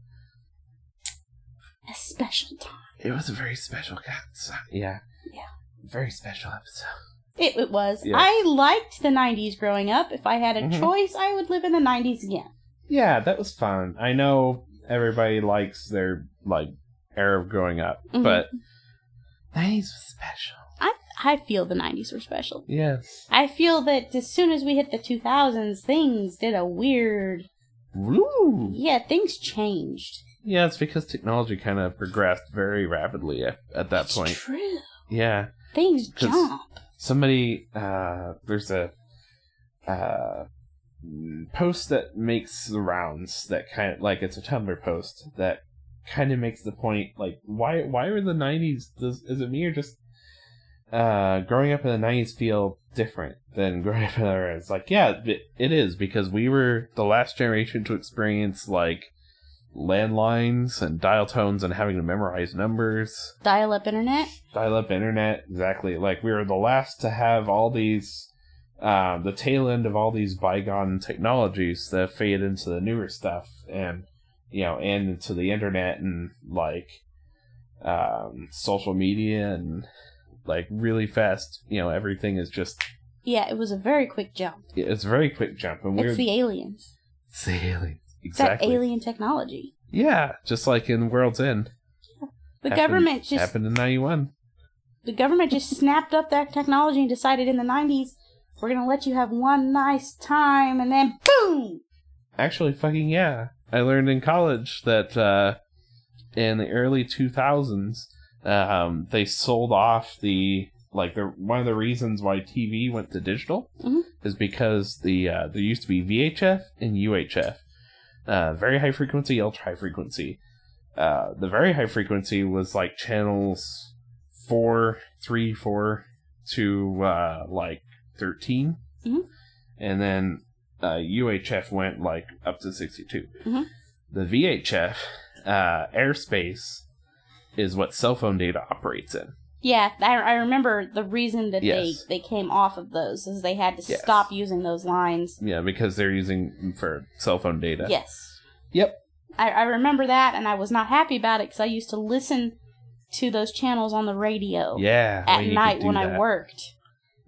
Speaker 3: a special time.
Speaker 2: It was a very special. God, so- yeah.
Speaker 3: Yeah.
Speaker 2: Very special episode.
Speaker 3: It, it was.
Speaker 2: Yeah.
Speaker 3: I liked the 90s growing up. If I had a
Speaker 2: Mhm.
Speaker 3: choice, I would live in the 90s again.
Speaker 2: Yeah, that was fun. I know everybody likes their like era of growing up,
Speaker 3: Mhm.
Speaker 2: but nineties was special.
Speaker 3: I I feel the 90s were special.
Speaker 2: Yes.
Speaker 3: I feel that as soon as we hit the 2000s, things did a weird.
Speaker 2: Woo!
Speaker 3: Yeah, things changed.
Speaker 2: Yeah, it's because technology kind of progressed very rapidly at, at that
Speaker 3: It's
Speaker 2: point.
Speaker 3: True.
Speaker 2: Yeah.
Speaker 3: Things
Speaker 2: 'Cause-
Speaker 3: jump.
Speaker 2: somebody uh there's a uh post that makes the rounds that kind of like it's a tumblr post that kind of makes the point like why why were the 90s does is it me or just uh growing up in the 90s feel different than growing up in the era it's like yeah it, it is because we were the last generation to experience like landlines and dial tones and having to memorize numbers
Speaker 3: Dial up internet.
Speaker 2: dial up internet exactly like we were the last to have all these um, the tail end of all these bygone technologies that fade into the newer stuff and you know and into the internet and like um, social media and like really fast you know everything is just
Speaker 3: Yeah, it was a very quick jump.
Speaker 2: it's a very quick jump and we're
Speaker 3: It's the aliens.
Speaker 2: It's the alien
Speaker 3: It's that
Speaker 2: exactly
Speaker 3: alien technology.
Speaker 2: yeah just like in world's end
Speaker 3: The
Speaker 2: Happened-
Speaker 3: government just
Speaker 2: happened in 91
Speaker 3: the government just snapped up that technology and decided in the 90s we're going to let you have one nice time and then boom.
Speaker 2: Actually, fucking yeah. I learned in college that uh, in the early 2000s, um, they sold off the like the one of the reasons why TV went to digital
Speaker 3: Mhm.
Speaker 2: is because the uh, there used to be VHF and UHF, uh, very high frequency, ultra high frequency. Uh, the very high frequency was like channels four, three, four to uh, like 13
Speaker 3: Mhm.
Speaker 2: and then uh, UHF went like up to 62.
Speaker 3: Mhm.
Speaker 2: The VHF uh, airspace is what cell phone data operates in.
Speaker 3: Yeah, I, I remember the reason that
Speaker 2: Yes.
Speaker 3: they, they came off of those is they had to
Speaker 2: Yes.
Speaker 3: stop using those lines.
Speaker 2: Yeah, because they're using for cell phone data.
Speaker 3: Yes.
Speaker 2: Yep.
Speaker 3: I, I remember that, and I was not happy about it because I used to listen to those channels on the radio
Speaker 2: Yeah.
Speaker 3: at night when I worked.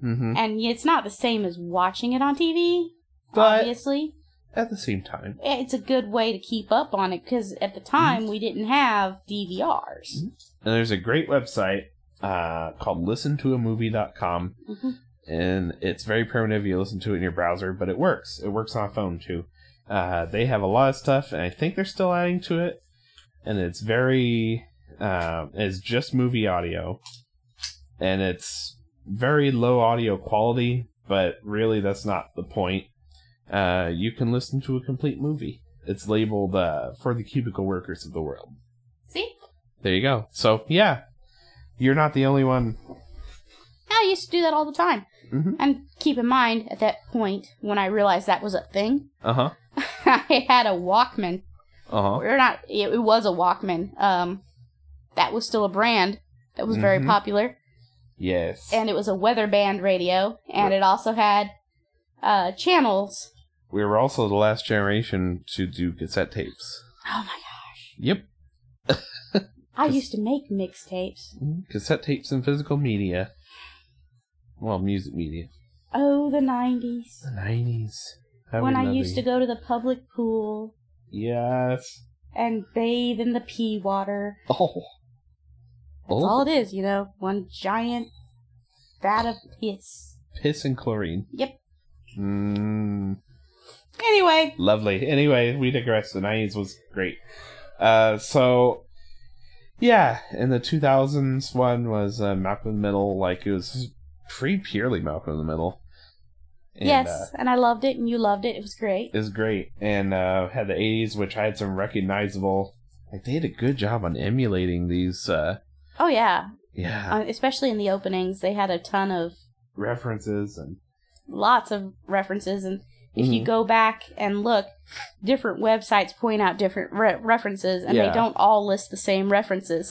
Speaker 2: hmm
Speaker 3: And it's not the same as watching it on TV,
Speaker 2: But-
Speaker 3: obviously. Eh,
Speaker 2: At the same time.
Speaker 3: It's a good way to keep up on it because at the
Speaker 2: Mm-hmm.
Speaker 3: time we didn't have DVRs.
Speaker 2: And there's a great website uh, called listentoamovie.com
Speaker 3: Mhm.
Speaker 2: and it's very primitive. You listen to it in your browser, but it works. It works on a phone too. Uh, they have a lot of stuff, and I think they're still adding to it. And it's very, um, it's just movie audio, and it's very low audio quality. But really, that's not the point. Uh, you can listen to a complete movie. It's labeled uh, for the cubicle workers of the world.
Speaker 3: See?
Speaker 2: There you go. So yeah, you're not the only one.
Speaker 3: I used to do that all the time.
Speaker 2: Mhm.
Speaker 3: And keep in mind, at that point, when I realized that was a thing,
Speaker 2: Uh huh.
Speaker 3: I had a Walkman.
Speaker 2: Uh huh.
Speaker 3: Or not, it, it was a Walkman. Um, that was still a brand that was very
Speaker 2: Mhm.
Speaker 3: popular.
Speaker 2: Yes.
Speaker 3: And it was a weather band radio. And it also had uh, channels.
Speaker 2: we were also the last generation to do cassette tapes.
Speaker 3: Oh my god.
Speaker 2: Yep.
Speaker 3: I
Speaker 2: Cause-
Speaker 3: used to make mixtapes.
Speaker 2: Cassette tapes and physical media. Well, music media.
Speaker 3: Oh, the 90s.
Speaker 2: The 90s. That
Speaker 3: when
Speaker 2: was
Speaker 3: I
Speaker 2: nothing.
Speaker 3: used to go to the public pool
Speaker 2: Yes.
Speaker 3: and bathe in the pea water.
Speaker 2: Oh.
Speaker 3: That's
Speaker 2: Oh.
Speaker 3: all it is, you know, one giant vat of piss.
Speaker 2: Piss and chlorine.
Speaker 3: Yep.
Speaker 2: Mmm.
Speaker 3: Anyway,
Speaker 2: Lovely. Anyway, we digress. The 90s was great. Uh, so, yeah. And the 2000s one was uh, Malcolm in the Middle. Like, it was pretty purely Malcolm in the Middle. And,
Speaker 3: yes,
Speaker 2: uh,
Speaker 3: and I loved it, and you loved it. It was great.
Speaker 2: is great and uh, had the 80s which had some recognizable like they did a good job on emulating these uh
Speaker 3: Oh yeah,
Speaker 2: yeah
Speaker 3: uh, especially in the openings, they had a ton of
Speaker 2: references and
Speaker 3: lots of references, and if you
Speaker 2: Mm-hmm.
Speaker 3: go back and look, different websites point out different re- references, and
Speaker 2: Yeah.
Speaker 3: they don't all list the same references.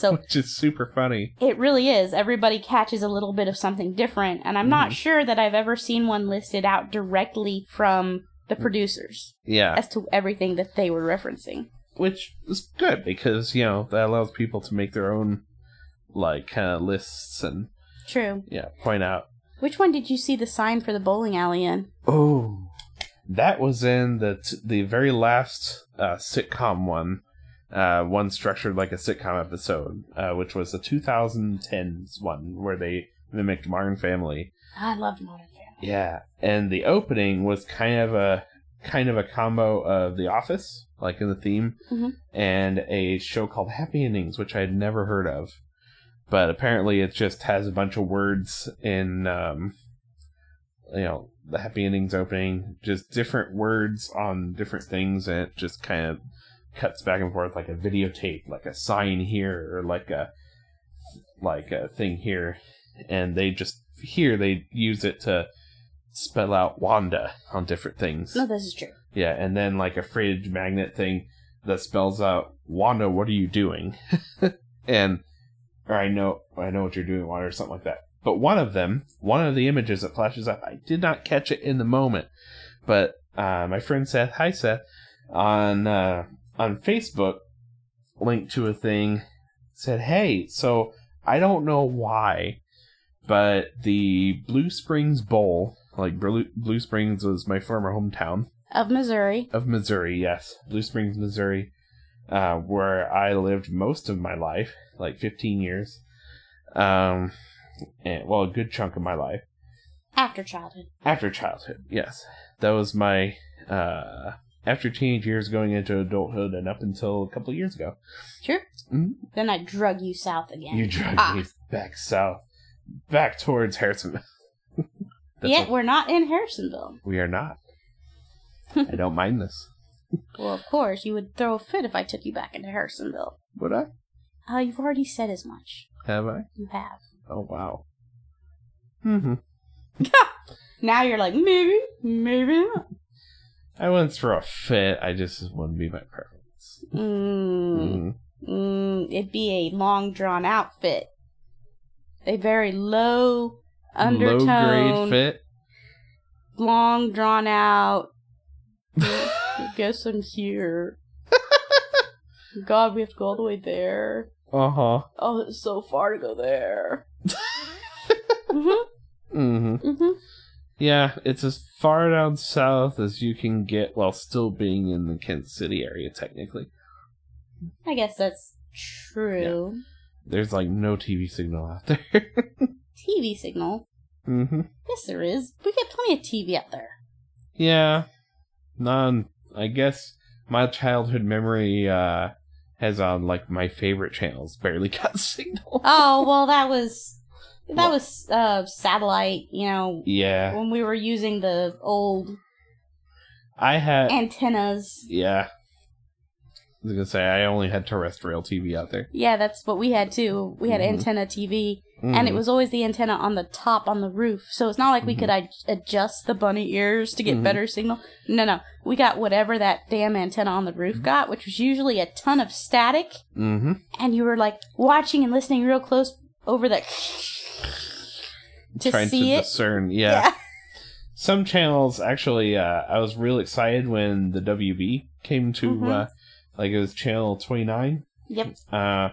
Speaker 3: So
Speaker 2: which is super funny
Speaker 3: It really is. Everybody catches a little bit of something different, and I'm not
Speaker 2: Mm-hmm.
Speaker 3: sure that I've ever seen one listed out directly from
Speaker 2: Mm.
Speaker 3: the producers
Speaker 2: yeah
Speaker 3: as to everything that they were referencing.
Speaker 2: which is good because you know that allows people to make their own like kind of lists and
Speaker 3: True.
Speaker 2: yeah point out
Speaker 3: Which one did you see the sign for the bowling alley in?
Speaker 2: oh that was in the t- the very last uh sitcom one uh, one structured like a sitcom episode, uh, which was the 2010s one where they mimicked Modern Family,
Speaker 3: I loved Modern Family.
Speaker 2: Yeah, and the opening was kind of a kind of a combo of The Office, like in the theme,
Speaker 3: Mhm.
Speaker 2: and a show called Happy Endings, which I had never heard of. But apparently, it just has a bunch of words in, um, you know, the Happy Endings opening, just different words on different things, and it just kind of cuts back and forth like a videotape, like a sign here, or like a like a thing here, and they just here they use it to spell out Wanda on different things.
Speaker 3: No, this is true.
Speaker 2: Yeah, and then like a fridge magnet thing that spells out Wanda, what are you doing? and or I know I know what you're doing, Wanda, or something like that. But one of them, one of the images that flashes up, I did not catch it in the moment, but uh, my friend Seth, hi Seth, on uh, on Facebook, linked to a thing, said, "Hey, so I don't know why, but the Blue Springs Bowl, like Blue, Blue Springs was my former hometown,
Speaker 3: Of Missouri.
Speaker 2: of Missouri, yes, Blue Springs, Missouri, uh, where I lived most of my life, like 15 years, um, and, well, a good chunk of my life
Speaker 3: After childhood.
Speaker 2: after childhood. Yes, that was my uh, after teenage years, going into adulthood, and up until a couple of years ago.
Speaker 3: Sure.
Speaker 2: Mhm.
Speaker 3: Then I drug you south again.
Speaker 2: You dragged
Speaker 3: Ah.
Speaker 2: me back south, back towards Harrisonville. That's
Speaker 3: Yet
Speaker 2: what-
Speaker 3: we're not in Harrisonville.
Speaker 2: we are not. I don't mind this.
Speaker 3: Well, of course, you would throw a fit if I took you back into Harrisonville.
Speaker 2: Would I?
Speaker 3: Uh, you've already said as much.
Speaker 2: Have I?
Speaker 3: You have.
Speaker 2: Oh wow. hmm
Speaker 3: Now you're like, maybe, maybe not.
Speaker 2: I wouldn't throw a fit. I just it wouldn't be my preference. Mhm.
Speaker 3: Mm, mm, it'd be a long drawn out fit. A very low
Speaker 2: Low grade
Speaker 3: undertone,
Speaker 2: fit.
Speaker 3: long drawn out. I guess I'm here. God, we have to go all the way there.
Speaker 2: Uh huh.
Speaker 3: Oh, it's so far to go there. mhm,
Speaker 2: hmm
Speaker 3: mhm.
Speaker 2: Yeah, it's as far down south as you can get while still being in the Kansas City area. Technically,
Speaker 3: I guess that's true.
Speaker 2: there's like no TV signal out there.
Speaker 3: TV signal.
Speaker 2: Mm-hmm.
Speaker 3: Yes, there is. We get plenty of TV out there.
Speaker 2: Yeah. None. I guess my childhood memory uh, has on like my favorite channels barely got signal.
Speaker 3: Oh well, that was that
Speaker 2: What?
Speaker 3: was uh, satellite. You know,
Speaker 2: Yeah.
Speaker 3: when we were using the old
Speaker 2: I had.
Speaker 3: antennas.
Speaker 2: yeah. I was gonna say I only had terrestrial TV out there,
Speaker 3: Yeah, that's what we had too. We had
Speaker 2: Mhm.
Speaker 3: antenna TV, and it
Speaker 2: Mhm.
Speaker 3: was always the antenna on the top on the roof. So it's not like we could ad-
Speaker 2: Mm-hmm.
Speaker 3: adjust the bunny ears to get
Speaker 2: Mhm.
Speaker 3: better signal. No, no, we got whatever that damn antenna on the
Speaker 2: Mm-hmm.
Speaker 3: roof got, which was usually a ton of static.
Speaker 2: Mhm.
Speaker 3: and you were like watching and listening real close over the to
Speaker 2: trying
Speaker 3: see
Speaker 2: to
Speaker 3: it.
Speaker 2: discern. Yeah. some channels actually uh, i was real excited when the wb came to
Speaker 3: Mhm.
Speaker 2: uh, like it was channel 29
Speaker 3: Yep.
Speaker 2: uh,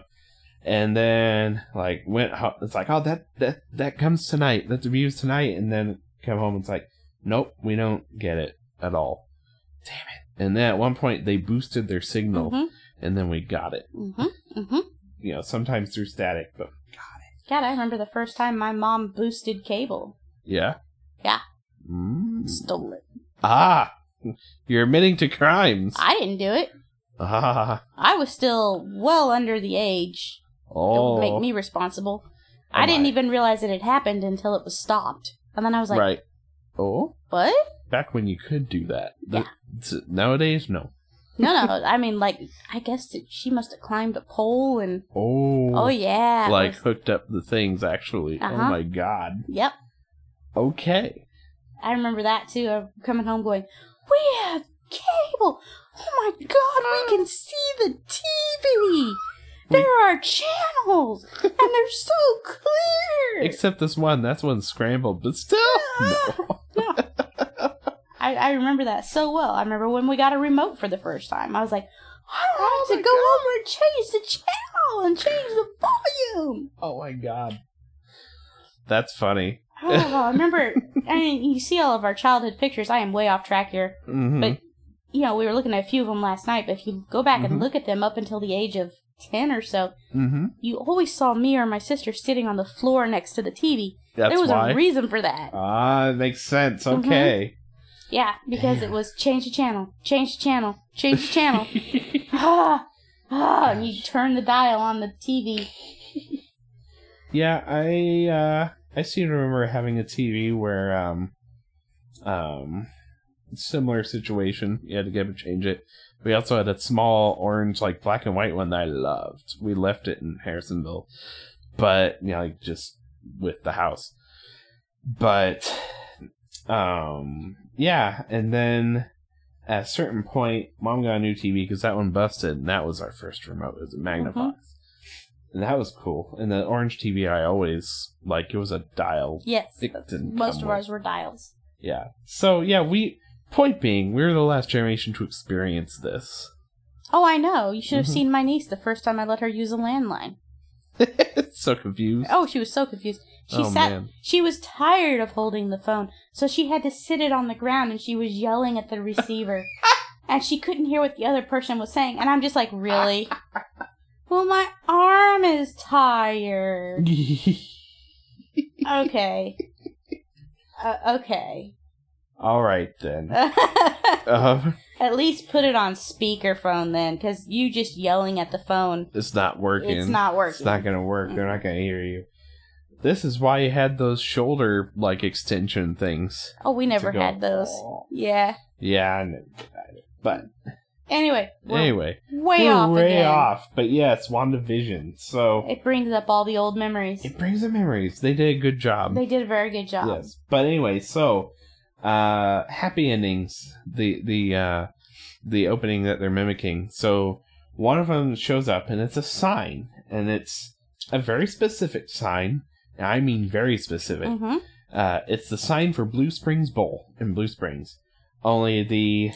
Speaker 2: and then like went ho- it's like oh that that that comes tonight that debuts tonight and then come home it's like nope we don't get it at all damn it and then at one point they boosted their signal
Speaker 3: Mhm.
Speaker 2: and then we got it
Speaker 3: Mhm. Mhm.
Speaker 2: you know sometimes through static but
Speaker 3: God, I remember the first time my mom boosted cable.
Speaker 2: yeah
Speaker 3: Yeah.
Speaker 2: Mm.
Speaker 3: Stole it.
Speaker 2: ah you're admitting to crimes
Speaker 3: I didn't do it.
Speaker 2: ah
Speaker 3: I was still well under the age.
Speaker 2: Oh,
Speaker 3: Don't make me responsible.
Speaker 2: Oh
Speaker 3: I didn't
Speaker 2: my.
Speaker 3: even realize it had happened until it was stopped. And then I was like,
Speaker 2: right. Oh,
Speaker 3: what?
Speaker 2: back when you could do that. Th- t- Nowadays, no.
Speaker 3: No, no. I mean, like, I guess that she must have climbed a pole and.
Speaker 2: Oh,
Speaker 3: Oh, yeah. it
Speaker 2: like
Speaker 3: was-
Speaker 2: hooked up the things actually. Oh
Speaker 3: Uh-huh.
Speaker 2: my god.
Speaker 3: yep.
Speaker 2: Okay.
Speaker 3: I remember that too. Of coming home going, we have cable. Oh my god, we can see the TV. There are channels, and they're so clear.
Speaker 2: Except this one. That's one scrambled, but still. No.
Speaker 3: I, I remember that so well. I remember when we got a remote for the first time. I was like, I don't
Speaker 2: Oh
Speaker 3: have
Speaker 2: my
Speaker 3: to go over and change the channel and change the volume.
Speaker 2: Oh my god. That's funny.
Speaker 3: Oh, I remember. I mean, you see all of our childhood pictures. I am way off track here.
Speaker 2: hmm
Speaker 3: But- You know, we were looking at a few of them last night, but if you go back
Speaker 2: Mhm.
Speaker 3: and look at them up until the age of 10 or so,
Speaker 2: hmm
Speaker 3: you always saw me or my sister sitting on the floor next to the TV.
Speaker 2: That's
Speaker 3: there was
Speaker 2: why.
Speaker 3: a reason for that.
Speaker 2: ah, it makes sense.
Speaker 3: Mhm.
Speaker 2: Okay.
Speaker 3: yeah, because
Speaker 2: Damn.
Speaker 3: it was change the channel, change the channel, change the channel. ah, ah, and you turn the dial on the TV.
Speaker 2: Yeah, I uh I seem to remember having a TV where um um similar situation. You had to get and change it. We also had a small orange, like black and white one that I loved. We left it in Harrisonville, but you know, like just with the house. But um yeah, and then at a certain point, mom got a new TV because that one busted, and that was our first remote. It was a Magnavox. And that was cool. And the orange TV, I always like. It was a dial.
Speaker 3: Yes,
Speaker 2: It
Speaker 3: that's-
Speaker 2: didn't
Speaker 3: most
Speaker 2: come
Speaker 3: of
Speaker 2: with-
Speaker 3: ours were dials.
Speaker 2: Yeah. So yeah, we point being, we were the last generation to experience this.
Speaker 3: Oh, I know. You should have
Speaker 2: Mhm.
Speaker 3: seen my niece the first time I let her use a landline.
Speaker 2: so confused.
Speaker 3: Oh, she was so confused. She
Speaker 2: Oh,
Speaker 3: sat.
Speaker 2: man.
Speaker 3: She was tired of holding the phone, so she had to sit it on the ground, and she was yelling at the receiver, and she couldn't hear what the other person was saying. And I'm just like, really? well, my arm is tired. Okay. Uh, okay.
Speaker 2: All right then.
Speaker 3: Uh. At
Speaker 2: Um,
Speaker 3: least put it on speakerphone then, because you just yelling at the phone.
Speaker 2: it's not working.
Speaker 3: It's not working.
Speaker 2: It's not gonna work. They're not gonna hear you. This is why you had those shoulder like extension things.
Speaker 3: oh, we
Speaker 2: to
Speaker 3: never
Speaker 2: go-
Speaker 3: had those. Yeah.
Speaker 2: Yeah, I know. I know. But
Speaker 3: Anyway, we're
Speaker 2: anyway,
Speaker 3: way
Speaker 2: we're
Speaker 3: off
Speaker 2: way
Speaker 3: again.
Speaker 2: off. But yeah, it's WandaVision. So
Speaker 3: It brings up all the old memories.
Speaker 2: It brings up memories. They did a good job.
Speaker 3: They did a very good job.
Speaker 2: Yes. But anyway, so uh happy endings. The the uh the opening that they're mimicking. So one of them shows up and it's a sign and it's a very specific sign. And I mean very specific.
Speaker 3: hmm
Speaker 2: Uh it's the sign for Blue Springs Bowl in Blue Springs. Only the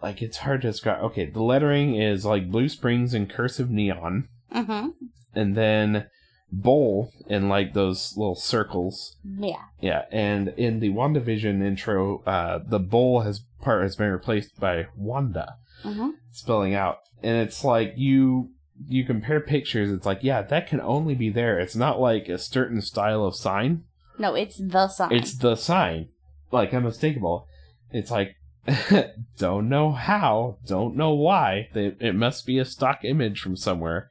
Speaker 2: like it's hard to describe. Okay, the lettering is like Blue Springs in cursive neon
Speaker 3: hmm
Speaker 2: and then bowl in like those little circles.
Speaker 3: Yeah.
Speaker 2: Yeah, and in the WandaVision intro, uh, the bowl has part has been replaced by Wanda
Speaker 3: hmm
Speaker 2: spelling out, and it's like you you compare pictures. It's like yeah, that can only be there. It's not like a certain style of sign.
Speaker 3: No, it's the sign.
Speaker 2: It's the sign, like unmistakable. It's like, don't know how, don't know why. They, it must be a stock image from somewhere.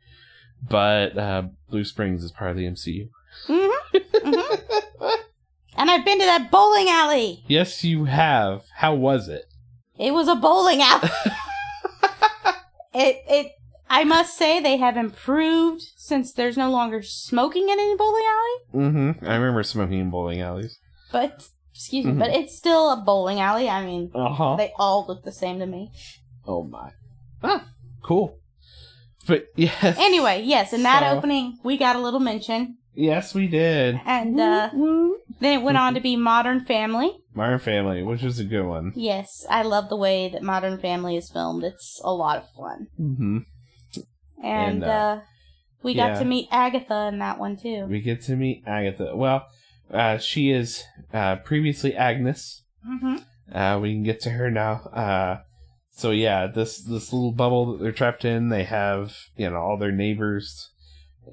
Speaker 2: But uh, Blue Springs is part of the MCU.
Speaker 3: hmm mm-hmm. And I've been to that bowling alley.
Speaker 2: yes, you have. How was it?
Speaker 3: It was a bowling alley. it it. I must say they have improved since there's no longer smoking in any bowling alley.
Speaker 2: Mm-hmm. I remember smoking in bowling alleys.
Speaker 3: But excuse me,
Speaker 2: Mhm.
Speaker 3: but it's still a bowling alley. I mean,
Speaker 2: Uh huh.
Speaker 3: they all look the same to me.
Speaker 2: Oh my. Ah, cool. But yes.
Speaker 3: Anyway, yes, in that
Speaker 2: So-
Speaker 3: opening we got a little mention,
Speaker 2: Yes, we did.
Speaker 3: and uh, then it went
Speaker 2: Mm-hmm.
Speaker 3: on to be Modern Family.
Speaker 2: Modern Family, which is a good one.
Speaker 3: Yes, I love the way that Modern Family is filmed. It's a lot of fun,
Speaker 2: Mm-hmm.
Speaker 3: and,
Speaker 2: And,
Speaker 3: uh,
Speaker 2: uh,
Speaker 3: we got
Speaker 2: yeah.
Speaker 3: to meet Agatha in that one too.
Speaker 2: We get to meet Agatha. Well, uh, she is uh, previously Agnes.
Speaker 3: Mm-hmm.
Speaker 2: Uh, we can get to her now. Uh, so yeah, this this little bubble that they're trapped in, they have you know all their neighbors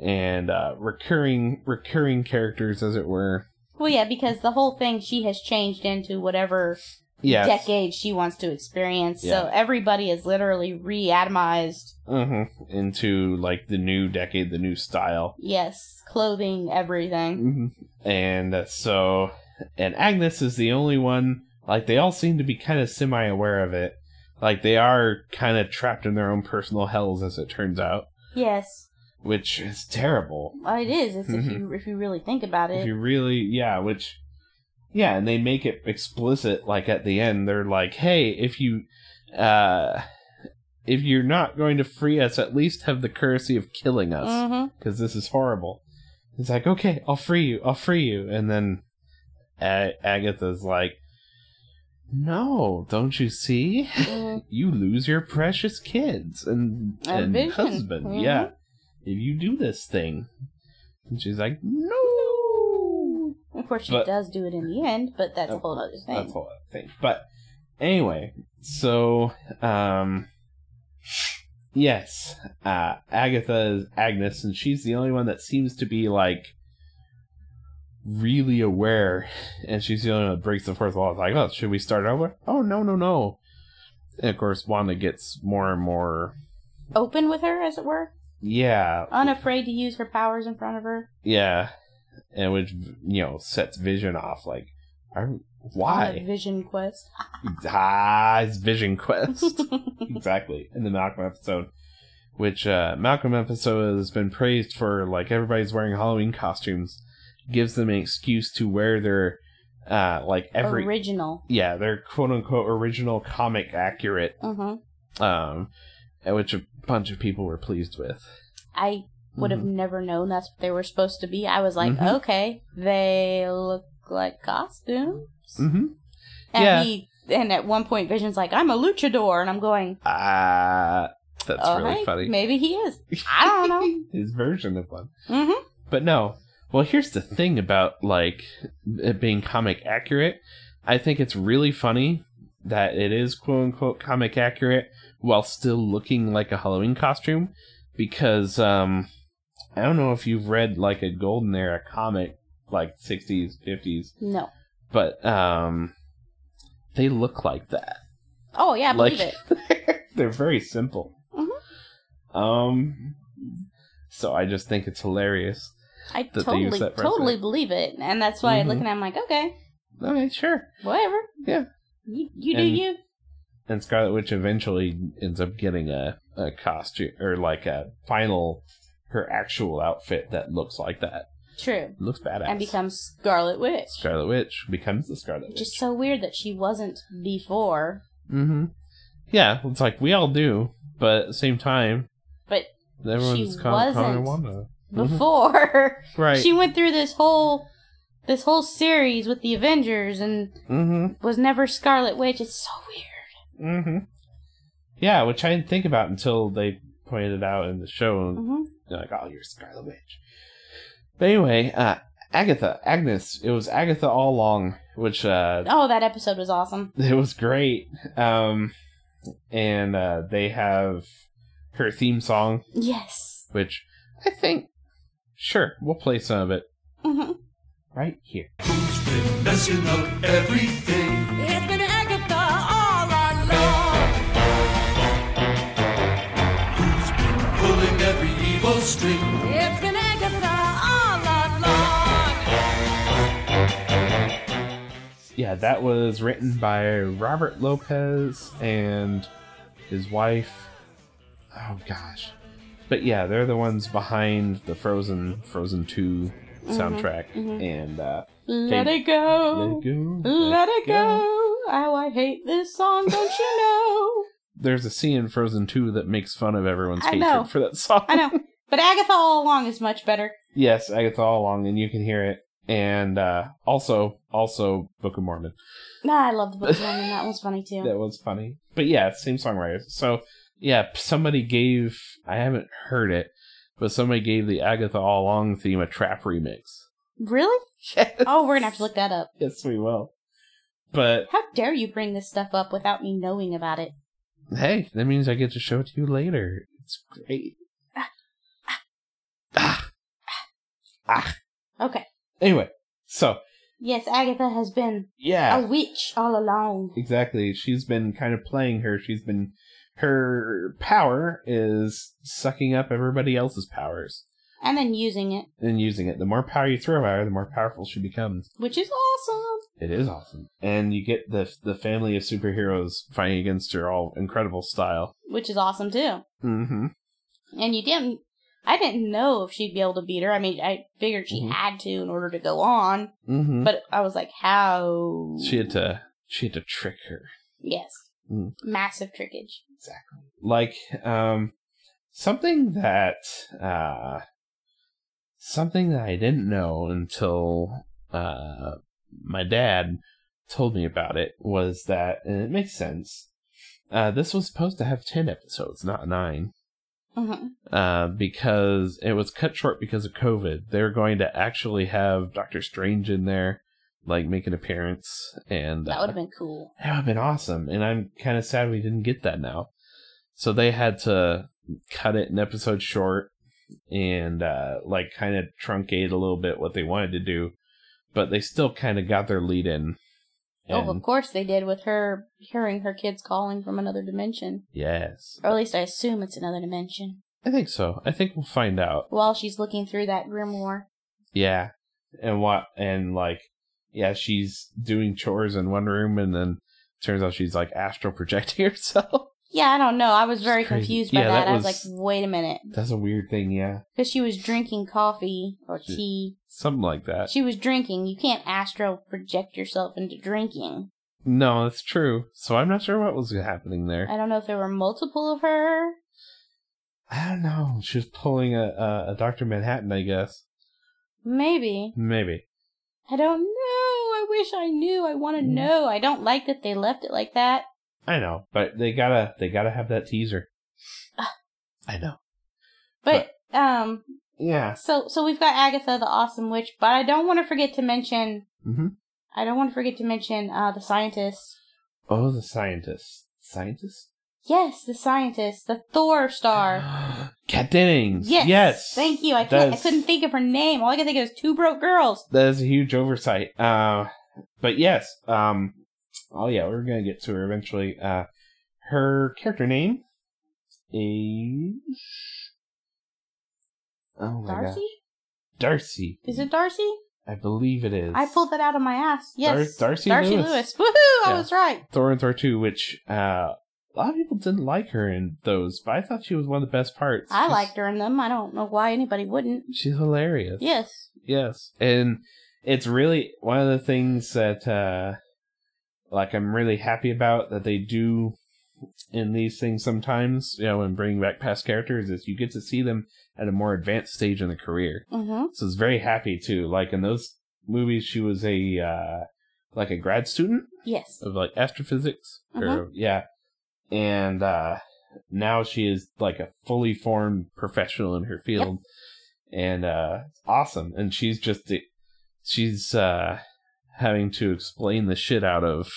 Speaker 2: and uh, recurring recurring characters, as it were.
Speaker 3: Well, yeah, because the whole thing she has changed into whatever
Speaker 2: Yes.
Speaker 3: decade she wants to experience. So
Speaker 2: Yeah.
Speaker 3: everybody is literally re-atomized.
Speaker 2: Mhm. Into like the new decade, the new style.
Speaker 3: Yes, clothing, everything.
Speaker 2: Mm-hmm. And uh, so, and Agnes is the only one. Like they all seem to be kind of semi aware of it. Like they are kind of trapped in their own personal hells, as it turns out,
Speaker 3: Yes,
Speaker 2: which is terrible.
Speaker 3: well, it is. It's if you if you really think about
Speaker 2: Mm-hmm. If
Speaker 3: it.
Speaker 2: you really, yeah, which, yeah, and they make it explicit. Like at the end, they're like, "Hey, if you, uh, if you're not going to free us, at least have the courtesy of killing us."
Speaker 3: hmm
Speaker 2: because this is horrible. He's like, okay, I'll free you, I'll free you. And then A- Agatha's like, no, don't you see?
Speaker 3: Mm-hmm.
Speaker 2: You lose your precious kids and,
Speaker 3: And
Speaker 2: and
Speaker 3: vision.
Speaker 2: husband.
Speaker 3: Mhm.
Speaker 2: Yeah. If you do this thing. And she's like, no.
Speaker 3: Of course, she
Speaker 2: But-
Speaker 3: does do it in the end, but that's a
Speaker 2: Of
Speaker 3: whole other thing.
Speaker 2: That's a whole other thing. But anyway, so, um, yes, uh, Agatha is Agnes, and she's the only one that seems to be like really aware, and she's the only one that breaks the fourth wall. It's like, oh, should we start over? Oh, no, no, no. And of course, Wanda gets more and more,
Speaker 3: Open with her, as it were,
Speaker 2: yeah,
Speaker 3: unafraid to use her powers in front of her.
Speaker 2: yeah, and which you know sets Vision off. Like, I,
Speaker 3: On a
Speaker 2: why?
Speaker 3: vision quest.
Speaker 2: ah, it's Vision Quest. exactly in the malcolm episode which uh, malcolm episode has been praised for like everybody's wearing halloween costumes gives them an excuse to wear their uh, like every
Speaker 3: Original.
Speaker 2: yeah their quote unquote original comic accurate
Speaker 3: hmm
Speaker 2: um and which a bunch of people were pleased with
Speaker 3: I would have
Speaker 2: Mhm.
Speaker 3: never known that's what they were supposed to be. I was like,
Speaker 2: Mhm.
Speaker 3: okay, they look like costumes.
Speaker 2: Mhm.
Speaker 3: And
Speaker 2: Yeah.
Speaker 3: he and at one point Vision's like, I'm a luchador and I'm going,
Speaker 2: ah that's
Speaker 3: oh,
Speaker 2: really
Speaker 3: hey,
Speaker 2: funny
Speaker 3: Maybe he is. I don't know.
Speaker 2: his version of one
Speaker 3: Mm-hmm.
Speaker 2: But no. Well, here's the thing about like it being comic accurate. I think it's really funny that it is quote unquote comic accurate while still looking like a Halloween costume because um I don't know if you've read like a golden era comic like 60s, 50s,
Speaker 3: No.
Speaker 2: but um they look like that.
Speaker 3: Oh yeah, I believe
Speaker 2: Like-
Speaker 3: it.
Speaker 2: They're very simple. Um so I just think it's hilarious.
Speaker 3: I
Speaker 2: they use
Speaker 3: totally
Speaker 2: that for
Speaker 3: totally
Speaker 2: that.
Speaker 3: believe it. And that's why
Speaker 2: Mhm.
Speaker 3: looking at him like, okay,
Speaker 2: Okay, sure.
Speaker 3: whatever.
Speaker 2: Yeah.
Speaker 3: You, you do
Speaker 2: And-
Speaker 3: you.
Speaker 2: and Scarlet Witch eventually ends up getting a, a costume or like a final her actual outfit that looks like that.
Speaker 3: True.
Speaker 2: Looks badass.
Speaker 3: And becomes Scarlet Witch.
Speaker 2: Scarlet Witch becomes the Scarlet
Speaker 3: Which
Speaker 2: Witch.
Speaker 3: is so weird that she wasn't before.
Speaker 2: mm-hmm. Yeah, it's like we all do, but at the same time,
Speaker 3: But
Speaker 2: everyone's
Speaker 3: she
Speaker 2: calling
Speaker 3: wasn't.
Speaker 2: Wanda. Mhm.
Speaker 3: Before
Speaker 2: Right.
Speaker 3: she went through this whole this whole series with the Avengers and
Speaker 2: mm-hmm.
Speaker 3: was never Scarlet Witch. It's so weird.
Speaker 2: Mm-hmm. Yeah, which I didn't think about until they pointed it out in the show.
Speaker 3: Mm-hmm.
Speaker 2: They're like, oh, you're Scarlet Witch. But anyway, uh, Agatha, Agnes, it was Agatha all along, which uh,
Speaker 3: Oh, that episode was awesome.
Speaker 2: it was great. Um, and uh, they have her theme song,
Speaker 3: Yes.
Speaker 2: which I think, sure, we'll play some of it.
Speaker 3: Mm-hmm.
Speaker 2: right here.
Speaker 4: Who's been messing up everything?
Speaker 5: It's been Agatha all along.
Speaker 4: Who's been pulling every evil string?
Speaker 5: It's been Agatha all along.
Speaker 2: Yeah, that was written by Robert Lopez and his wife. Oh gosh. But yeah, they're the ones behind the Frozen Frozen 2
Speaker 3: Mm-hmm,
Speaker 2: soundtrack and uh
Speaker 3: Let
Speaker 2: Okay.
Speaker 3: it go.
Speaker 2: Let it go.
Speaker 3: Oh, Let it go. Oh, I hate this song, don't you know?
Speaker 2: There's a scene in Frozen 2 that makes fun of everyone's
Speaker 3: I
Speaker 2: hatred
Speaker 3: know.
Speaker 2: for that song.
Speaker 3: I know. But Agatha All Along is much better.
Speaker 2: Yes, Agatha all along, and you can hear it. And uh, also, also Book of Mormon.
Speaker 3: Nah, Ah, I love the Book of Mormon. That one's funny too.
Speaker 2: That was funny. But yeah, same songwriter. So yeah, somebody gave. I haven't heard it, but somebody gave the Agatha all along theme a trap remix.
Speaker 3: Really?
Speaker 2: Yes.
Speaker 3: Oh, we're gonna have to look that up.
Speaker 2: Yes, we will. But
Speaker 3: How dare you bring this stuff up without me knowing about it?
Speaker 2: hey, that means I get to show it to you later. It's great. Ah. Ah.
Speaker 3: Okay.
Speaker 2: Anyway, so
Speaker 3: Yes, Agatha has been
Speaker 2: yeah,
Speaker 3: a witch all along.
Speaker 2: Exactly. She's been kind of playing her. She's been her power is sucking up everybody else's powers
Speaker 3: And then using it,
Speaker 2: and using it. The more power you throw at her, the more powerful she becomes.
Speaker 3: which is awesome.
Speaker 2: It is awesome. And you get the the family of superheroes fighting against her all incredible style.
Speaker 3: Which is awesome too.
Speaker 2: Mm-hmm.
Speaker 3: And you didn't I didn't know if she'd be able to beat her. I mean I figured she
Speaker 2: Mhm.
Speaker 3: had to in order to go on.
Speaker 2: Mm-hmm.
Speaker 3: But I was like, how
Speaker 2: She had to she had to trick her.
Speaker 3: Yes.
Speaker 2: Mm.
Speaker 3: Massive trickage.
Speaker 2: like um something that uh something that I didn't know until uh my dad told me about it was that and it makes sense. Uh this was supposed to have 10 episodes, not 9.
Speaker 3: Mhm.
Speaker 2: Uh, because it was cut short because of COVID. They're going to actually have Doctor Strange in there, like make an appearance, and
Speaker 3: That
Speaker 2: uh,
Speaker 3: would have been cool.
Speaker 2: that would have been awesome. And I'm kind of sad we didn't get that now. So they had to cut it an episode short and uh, like kind of truncate a little bit what they wanted to do, but they still kind of got their lead in.
Speaker 3: oh, of
Speaker 2: And-
Speaker 3: course they did with her hearing her kids calling from another dimension.
Speaker 2: Yes,
Speaker 3: Or at least I assume it's another dimension.
Speaker 2: I think so. I think we'll find out.
Speaker 3: While she's looking through that grimoire.
Speaker 2: Yeah, and what and like, yeah, she's doing chores in one room, and then turns out she's like astral projecting herself.
Speaker 3: Yeah, I don't know. I was very
Speaker 2: crazy.
Speaker 3: confused by
Speaker 2: Yeah,
Speaker 3: that.
Speaker 2: that
Speaker 3: I was like,
Speaker 2: was-
Speaker 3: wait a minute.
Speaker 2: That's a weird thing. Yeah,
Speaker 3: Because she was drinking coffee or
Speaker 2: She-
Speaker 3: tea.
Speaker 2: something like that.
Speaker 3: She was drinking. You can't astral project yourself into drinking.
Speaker 2: No, that's true. So I'm not sure what was happening there.
Speaker 3: I don't know if there were multiple of her.
Speaker 2: I don't know. She was pulling a, a, a Dr. Manhattan, I guess.
Speaker 3: Maybe.
Speaker 2: Maybe.
Speaker 3: I don't know. I wish I knew. I want to
Speaker 2: Mm.
Speaker 3: know. I don't like that they left it like that.
Speaker 2: I know, but they gotta they gotta have that teaser.
Speaker 3: Ah.
Speaker 2: I know.
Speaker 3: But um
Speaker 2: Yeah.
Speaker 3: so so we've got Agatha the awesome witch, but I don't want to forget to mention
Speaker 2: hmm
Speaker 3: I don't want to forget to mention uh the scientist.
Speaker 2: Oh, the scientist. Scientist.
Speaker 3: Yes, the scientist, the Thor star.
Speaker 2: Kat Dennings.
Speaker 3: Yes.
Speaker 2: Yes.
Speaker 3: Thank you. I
Speaker 2: That
Speaker 3: can't, I
Speaker 2: is-
Speaker 3: couldn't think of her name. All I could think of is two broke girls.
Speaker 2: That is a huge oversight. Uh, but yes. Um. Oh yeah, we're gonna get to her eventually. Uh, her character name is. Oh my god.
Speaker 3: Darcy?
Speaker 2: Darcy.
Speaker 3: Is it Darcy?
Speaker 2: I believe it is.
Speaker 3: I pulled that out of my ass. Yes.
Speaker 2: Dar- Darcy Lewis.
Speaker 3: Woohoo! I
Speaker 2: Yeah.
Speaker 3: was right.
Speaker 2: Thor and Thor 2, which uh, a lot of people didn't like her in those, but I thought she was one of the best parts.
Speaker 3: I
Speaker 2: She's-
Speaker 3: liked her in them. I don't know why anybody wouldn't.
Speaker 2: She's hilarious.
Speaker 3: Yes.
Speaker 2: Yes. And it's really one of the things that, uh, like, I'm really happy about that they do in these things sometimes, you know, when bringing back past characters, is you get to see them at a more advanced stage in the career.
Speaker 3: Mm-hmm.
Speaker 2: So it's very happy too. Like in those movies, she was a uh, like a grad student
Speaker 3: Yes.
Speaker 2: of like astrophysics,
Speaker 3: Uh-huh.
Speaker 2: or yeah, and uh, now she is like a fully formed professional in her field, and uh, it's awesome. And she's just she's uh, having to explain the shit out of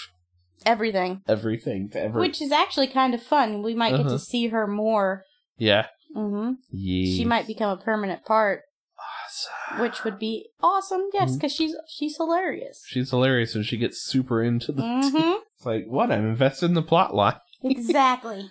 Speaker 3: Everything.
Speaker 2: everything to every
Speaker 3: Which is actually kind of fun. We might get
Speaker 2: Uh-huh.
Speaker 3: to see her more.
Speaker 2: yeah
Speaker 3: Mm-hmm.
Speaker 2: yeah
Speaker 3: She might become a permanent part.
Speaker 2: Yes.
Speaker 3: which would be awesome. Yes,
Speaker 2: Mm-hmm.
Speaker 3: because she's she's hilarious.
Speaker 2: She's hilarious and she gets super into the
Speaker 3: hmm
Speaker 2: It's like, what? I'm invested in the plot line. Um,
Speaker 3: exactly.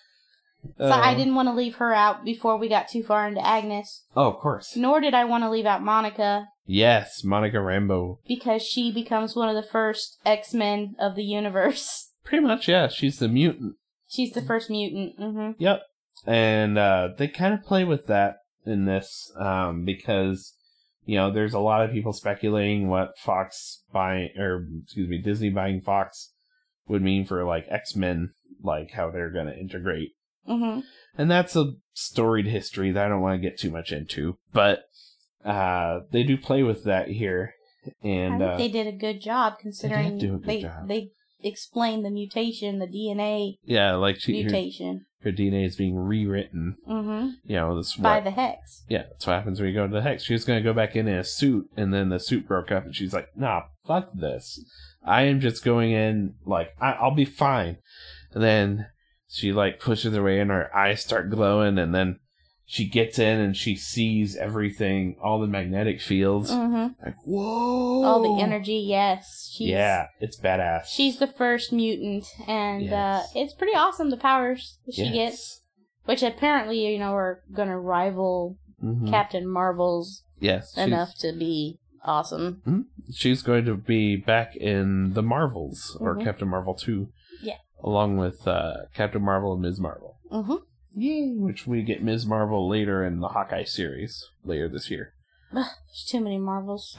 Speaker 3: So
Speaker 2: Uh-huh.
Speaker 3: I didn't want to leave her out before we got too far into Agnes,
Speaker 2: Oh, of course.
Speaker 3: nor did I want to leave out Monica
Speaker 2: Yes, Monica Rambo.
Speaker 3: because she becomes one of the first X Men of the universe.
Speaker 2: Pretty much, yeah. She's the mutant.
Speaker 3: She's the first mutant. hmm
Speaker 2: Yep. And uh, they kind of play with that in this um, because you know there's a lot of people speculating what Fox buying or excuse me Disney buying Fox would mean for like X Men, like how they're going to integrate
Speaker 3: hmm
Speaker 2: and that's a storied history that I don't want to get too much into, but uh, they do play with that here,
Speaker 3: I
Speaker 2: and
Speaker 3: think
Speaker 2: uh,
Speaker 3: they did a good job considering
Speaker 2: do a good
Speaker 3: they
Speaker 2: job.
Speaker 3: they explained the mutation, the DNA
Speaker 2: yeah, like she, her,
Speaker 3: mutation
Speaker 2: her DNA is being rewritten.
Speaker 3: hmm
Speaker 2: You know, this
Speaker 3: by
Speaker 2: what,
Speaker 3: the hex.
Speaker 2: yeah, that's what happens when you go to the hex. She was gonna go back in in a suit, and then the suit broke up, and she's like, "Nah, fuck this. I am just going in. Like, I- I'll be fine." And then she like pushes her way in. Her eyes start glowing, and then she gets in and she sees everything, all the magnetic fields.
Speaker 3: hmm
Speaker 2: Like, whoa!
Speaker 3: All the energy. Yes, she's
Speaker 2: yeah, it's badass.
Speaker 3: she's the first mutant, and
Speaker 2: Yes.
Speaker 3: uh, it's pretty awesome the powers that she
Speaker 2: Yes.
Speaker 3: gets, which apparently you know are gonna rival
Speaker 2: Mhm.
Speaker 3: Captain Marvel's
Speaker 2: yes, she's,
Speaker 3: enough to be awesome.
Speaker 2: She's going to be back in the Marvels or
Speaker 3: Mhm.
Speaker 2: Captain Marvel two.
Speaker 3: Yeah.
Speaker 2: along with uh, Captain Marvel and Ms. Marvel.
Speaker 3: hmm
Speaker 2: Yay! Which we get Ms. Marvel later in the Hawkeye series later this year.
Speaker 3: There's too many Marvels.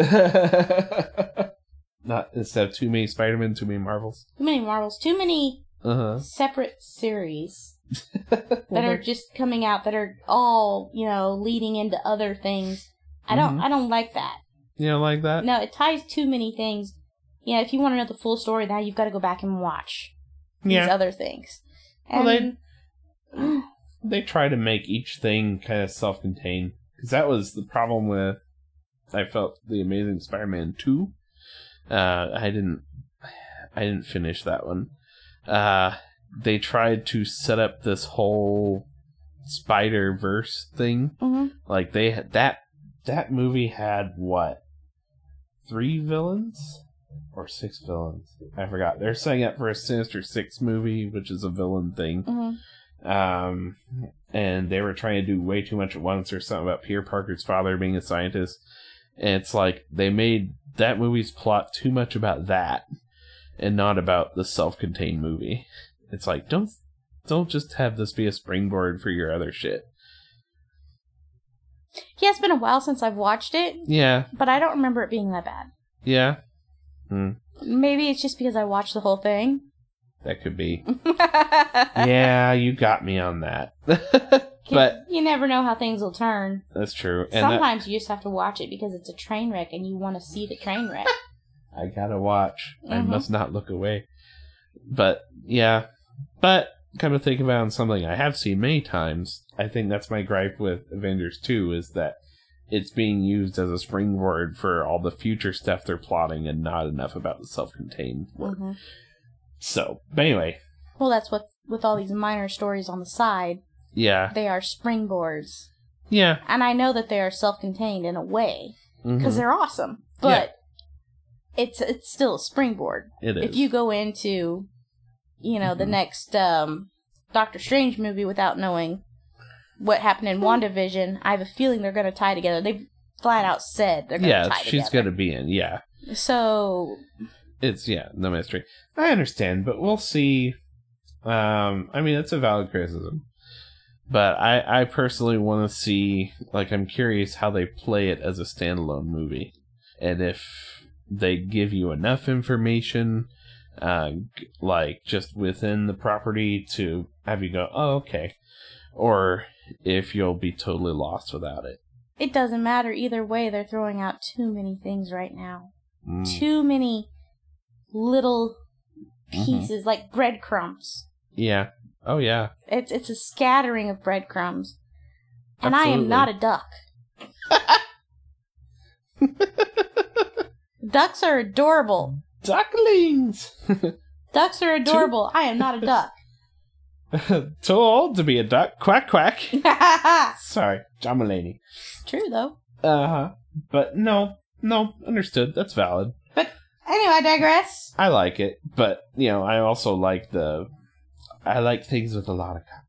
Speaker 2: Not instead of too many Spider Man, too many Marvels.
Speaker 3: too many Marvels. Too many
Speaker 2: Uh huh.
Speaker 3: separate series. that are just coming out that are all you know leading into other things. I don't
Speaker 2: Mm-hmm.
Speaker 3: I don't like that.
Speaker 2: You know, like that.
Speaker 3: No, it ties too many things. Yeah, if you want to know the full story, now you've got to go back and watch these
Speaker 2: yeah.
Speaker 3: other things.
Speaker 2: Well,
Speaker 3: And
Speaker 2: they- they try to make each thing kind of self-contained because that was the problem with i felt the amazing spider-man 2 uh, i didn't i didn't finish that one uh, they tried to set up this whole spider verse thing
Speaker 3: Mhm.
Speaker 2: like they had that that movie had what three villains or six villains i forgot they're setting up for a sinister six movie which is a villain thing
Speaker 3: Mhm.
Speaker 2: um, and they were trying to do way too much at once or something about Peter Parker's father being a scientist. And it's like they made that movie's plot too much about that and not about the self-contained movie. It's like don't don't just have this be a springboard for your other shit.
Speaker 3: yeah, it's been a while since I've watched it,
Speaker 2: Yeah,
Speaker 3: but I don't remember it being that bad.
Speaker 2: yeah,
Speaker 3: Maybe it's just because I watched the whole thing.
Speaker 2: that could be. yeah, you got me on that. but
Speaker 3: you never know how things will turn.
Speaker 2: that's true. And that-
Speaker 3: Sometimes you just have to watch it because it's a train wreck and you want to see the train wreck.
Speaker 2: I gotta watch. I
Speaker 3: Mhm.
Speaker 2: must not look away. But yeah, but kind of think about it, something I have seen many times. I think that's my gripe with Avengers Two is that it's being used as a springboard for all the future stuff they're plotting, and not enough about the self-contained work.
Speaker 3: Mhm.
Speaker 2: So, but anyway,
Speaker 3: Well, that's what with all these minor stories on the side,
Speaker 2: yeah,
Speaker 3: they are springboards,
Speaker 2: yeah,
Speaker 3: and I know that they are self-contained in a way because
Speaker 2: mhm,
Speaker 3: they're awesome. But it's it's still a springboard.
Speaker 2: it is. Mm-hmm.
Speaker 3: If you go into, you know, the next um, Doctor Strange movie without knowing what happened in WandaVision, I have a feeling they're going to tie together. They have flat out said they're going to
Speaker 2: yeah,
Speaker 3: tie
Speaker 2: she's
Speaker 3: together.
Speaker 2: gonna be in. Yeah,
Speaker 3: So
Speaker 2: it's yeah, no mystery. I understand, but we'll see. Um, I mean, it's a valid criticism, but I I personally want to see like I'm curious how they play it as a standalone movie, and if they give you enough information, uh, g- like just within the property to have you go, oh okay, or if you'll be totally lost without it.
Speaker 3: it doesn't matter either way. They're throwing out too many things right now.
Speaker 2: Mm,
Speaker 3: too many little
Speaker 2: Mhm.
Speaker 3: pieces like breadcrumbs.
Speaker 2: Yeah. Oh yeah.
Speaker 3: It's it's a scattering of breadcrumbs. And I
Speaker 2: Absolutely.
Speaker 3: am not a duck. Ducks are adorable.
Speaker 2: Ducklings.
Speaker 3: Ducks are adorable. I am not a duck.
Speaker 2: Too old to be a duck. Quack quack. Sorry, I'm a lady.
Speaker 3: True though.
Speaker 2: Uh huh. But no, no, understood. That's valid.
Speaker 3: Anyway, I digress.
Speaker 2: I like it, but you know, I also like the I like things with a lot of copy.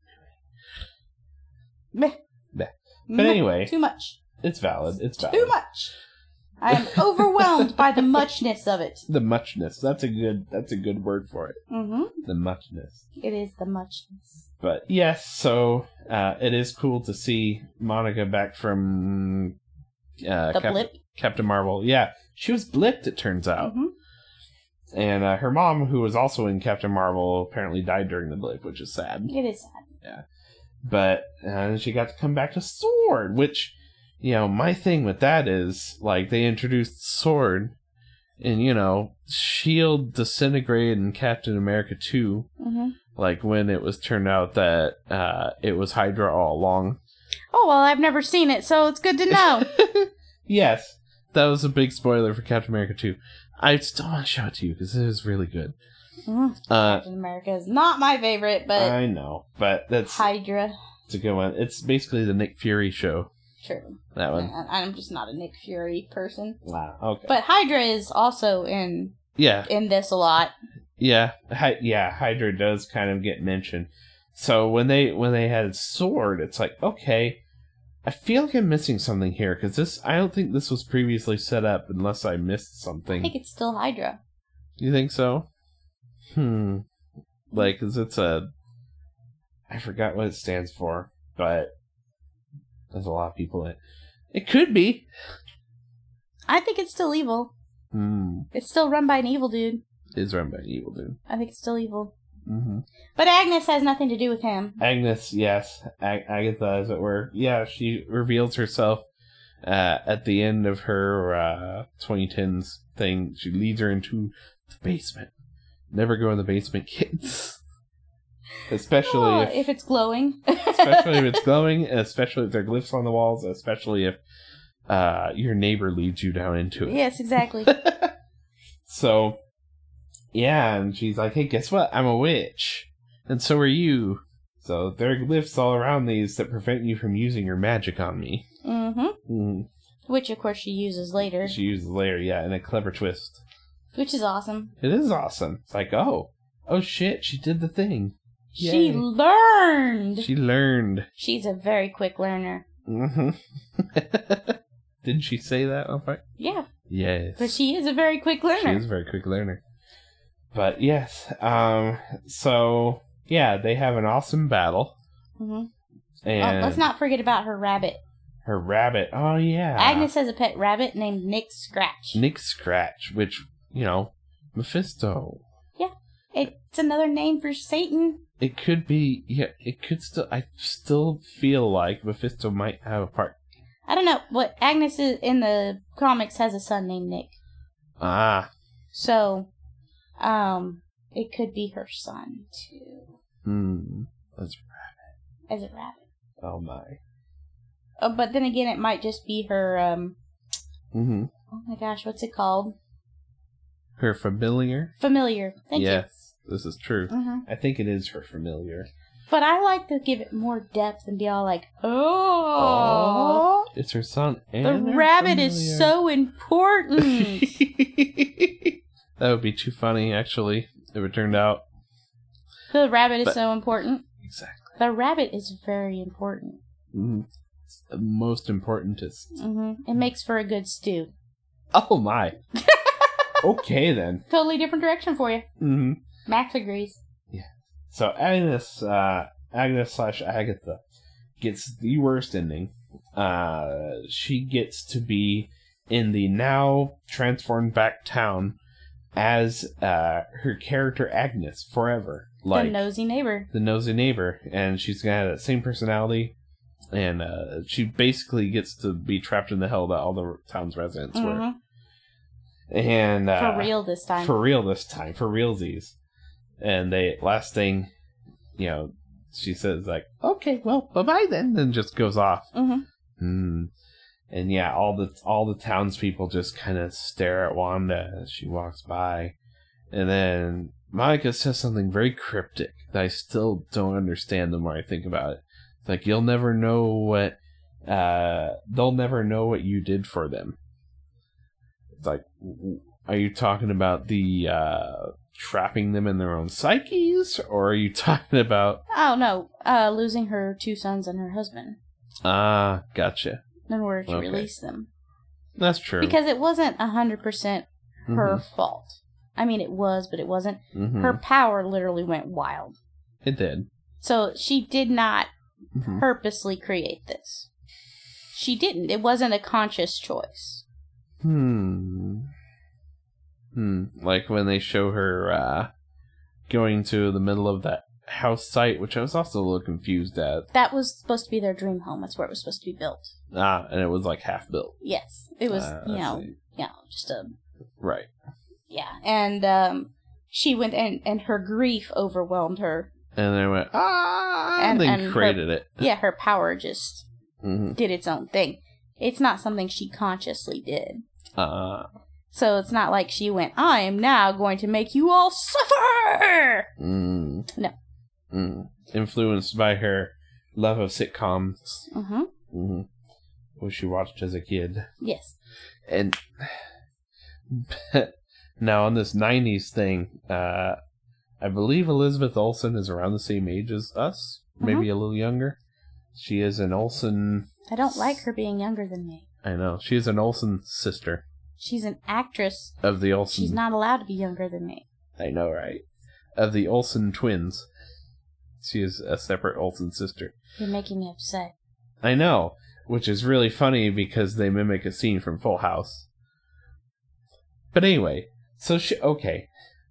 Speaker 3: Meh.
Speaker 2: Meh.
Speaker 3: Meh.
Speaker 2: But anyway,
Speaker 3: Too much.
Speaker 2: it's valid. It's valid.
Speaker 3: Too much. I am overwhelmed by the muchness of it.
Speaker 2: The muchness. That's a good that's a good word for it.
Speaker 3: Mm-hmm.
Speaker 2: The muchness.
Speaker 3: It is the muchness.
Speaker 2: But yes, so uh, it is cool to see Monica back from uh,
Speaker 3: The
Speaker 2: Cap-
Speaker 3: blip.
Speaker 2: Captain Marvel. Yeah, she was blipped. It turns out,
Speaker 3: hmm
Speaker 2: and uh, her mom, who was also in Captain Marvel, apparently died during the blip, which is sad.
Speaker 3: It is sad.
Speaker 2: But uh, she got to come back to Sword, which you know, my thing with that is like they introduced Sword, and you know, Shield E disintegrated in Captain America two.
Speaker 3: Mm-hmm.
Speaker 2: Like when it was turned out that uh, it was Hydra all along.
Speaker 3: Oh well, I've never seen it, so it's good to know.
Speaker 2: yes, that was a big spoiler for Captain America 2. I still want to show it to you because it is really good.
Speaker 3: Mm,
Speaker 2: Uh,
Speaker 3: Captain America is not my favorite, but
Speaker 2: I know, but that's
Speaker 3: Hydra.
Speaker 2: it's a good one. It's basically the Nick Fury show.
Speaker 3: True.
Speaker 2: That one.
Speaker 3: I- I'm just not a Nick Fury person.
Speaker 2: Wow. Okay.
Speaker 3: But Hydra is also in
Speaker 2: yeah,
Speaker 3: in this a lot.
Speaker 2: yeah, Hy- yeah. Hydra does kind of get mentioned. So when they when they had sword, it's like okay, I feel like I'm missing something here because this I don't think this was previously set up unless I missed
Speaker 3: I
Speaker 2: something.
Speaker 3: think it's still Hydra.
Speaker 2: You think so? Hmm. Like, 'cause it's a. I forgot what it stands for, but there's a lot of people in it. It could be.
Speaker 3: I think it's still evil.
Speaker 2: Hmm.
Speaker 3: It's still run by an evil dude.
Speaker 2: Is run by an evil dude.
Speaker 3: I think it's still evil.
Speaker 2: Mm-hmm.
Speaker 3: But Agnes has nothing to do with him.
Speaker 2: Agnes, yes. Ag- Agatha, as it were. Yeah, she reveals herself uh, at the end of her uh, 2010s thing. She leads her into the basement. Never go in the basement, kids. Especially
Speaker 3: Oh,
Speaker 2: if,
Speaker 3: if it's glowing.
Speaker 2: especially if it's glowing, especially if there are glyphs on the walls, especially if uh, your neighbor leads you down into it.
Speaker 3: yes, exactly.
Speaker 2: So, yeah, and she's like, "Hey, guess what? I'm a witch, and so are you." So there are glyphs all around these that prevent you from using your magic on me.
Speaker 3: hmm
Speaker 2: Mm,
Speaker 3: Which, of course, she uses later,
Speaker 2: She uses layer, yeah, in a clever twist.
Speaker 3: which is awesome.
Speaker 2: It is awesome. It's like, oh, oh shit, she did the thing.
Speaker 3: She
Speaker 2: Yay.
Speaker 3: learned.
Speaker 2: She learned.
Speaker 3: She's a very quick learner.
Speaker 2: hmm Didn't she say that? on fi-
Speaker 3: Yeah,
Speaker 2: Yes.
Speaker 3: but she is a very quick learner.
Speaker 2: She is a very quick learner. But yes, um, so yeah, they have an awesome battle,
Speaker 3: hmm
Speaker 2: and
Speaker 3: let's not forget about her rabbit.
Speaker 2: her rabbit. Oh yeah,
Speaker 3: Agnes has a pet rabbit named Nick Scratch.
Speaker 2: Nick Scratch, which you know, Mephisto.
Speaker 3: It's another name for Satan.
Speaker 2: It could be, yeah, it could still. I still feel like Mephisto might have a part.
Speaker 3: I don't know what Agnes is in the comics has a son named Nick,
Speaker 2: Ah,
Speaker 3: so um, it could be her son too
Speaker 2: hmm, that's
Speaker 3: as a rabbit.
Speaker 2: oh my.
Speaker 3: Oh, but then again, it might just be her. Um,
Speaker 2: Mm-hmm.
Speaker 3: oh my gosh, what's it called?
Speaker 2: Her familiar.
Speaker 3: Familiar. Thank
Speaker 2: yes, this is true.
Speaker 3: you. hmm
Speaker 2: I think it is her familiar.
Speaker 3: But I like to give it more depth and be all like, oh,
Speaker 2: Oh, it's her son. And
Speaker 3: the
Speaker 2: her
Speaker 3: rabbit is
Speaker 2: familiar.
Speaker 3: so important.
Speaker 2: that would be too funny, actually, if it turned out.
Speaker 3: the rabbit is
Speaker 2: But-
Speaker 3: so important.
Speaker 2: Exactly.
Speaker 3: The rabbit is very important.
Speaker 2: It's the most importantest.
Speaker 3: hmm It makes for a good stew.
Speaker 2: Oh, my. okay, then.
Speaker 3: Totally different direction for you.
Speaker 2: Mm-hmm.
Speaker 3: Max agrees.
Speaker 2: So, Agnes, uh, Agnes slash Agatha gets the worst ending. Uh, she gets to be in the now transformed back town as uh, her character Agnes forever.
Speaker 3: the nosy neighbor.
Speaker 2: the nosy neighbor, and she's got that same personality, and uh, she basically gets to be trapped in the hell that all the town's residents were.
Speaker 3: Mhm.
Speaker 2: And uh,
Speaker 3: For real this time.
Speaker 2: for real this time, for realsies. And they last thing, you know, she says like, "Okay, well, bye bye then," and just goes off.
Speaker 3: Mhm.
Speaker 2: Hmm. And yeah, all the all the townspeople just kind of stare at Wanda as she walks by, and then Monica says something very cryptic that I still don't understand. The more I think about it, it's like you'll never know what uh, they'll never know what you did for them. It's like, w- w- are you talking about the uh, trapping them in their own psyches, or are you talking about
Speaker 3: Oh no, uh, losing her two sons and her husband
Speaker 2: ah, gotcha?
Speaker 3: in order to
Speaker 2: Okay.
Speaker 3: release them
Speaker 2: That's true.
Speaker 3: because it wasn't hundred percent
Speaker 2: Mhm,
Speaker 3: her fault. I mean, it was, but it wasn't.
Speaker 2: mhm.
Speaker 3: Her power literally went wild,
Speaker 2: it did.
Speaker 3: so she did not
Speaker 2: Mhm.
Speaker 3: purposely create this. She didn't. It wasn't a conscious choice.
Speaker 2: Hmm. Hmm. Like when they show her uh, going to the middle of that house site, which I was also a little confused at.
Speaker 3: That was supposed to be their dream home. That's where it was supposed to be built.
Speaker 2: Ah, and it was like half built.
Speaker 3: Yes, it was.
Speaker 2: Ah, I
Speaker 3: you know,
Speaker 2: see.
Speaker 3: you know, just a
Speaker 2: Right.
Speaker 3: yeah. And um, she went and and her grief overwhelmed her.
Speaker 2: And they went ah, and,
Speaker 3: And-
Speaker 2: then
Speaker 3: and her-
Speaker 2: created it.
Speaker 3: Yeah, her power just
Speaker 2: hmm
Speaker 3: did its own thing. It's not something she consciously did.
Speaker 2: Uh,
Speaker 3: So it's not like she went, I am now going to make you all suffer!
Speaker 2: mm,
Speaker 3: No.
Speaker 2: Mm. Influenced by her love of sitcoms,
Speaker 3: hmm
Speaker 2: mm, which she watched as a kid.
Speaker 3: Yes.
Speaker 2: and now on this 90s thing uh i believe elizabeth olsen is around the same age as us
Speaker 3: Mm-hmm.
Speaker 2: maybe a little younger she is an olsen
Speaker 3: I don't like her being younger than me.
Speaker 2: i know she is an olsen sister
Speaker 3: She's an actress.
Speaker 2: of the olsen
Speaker 3: She's not allowed to be younger than me.
Speaker 2: i know right of the olsen twins she is a separate olsen sister
Speaker 3: You're making me upset.
Speaker 2: i know which is really funny because they mimic a scene from full house but anyway So she okay.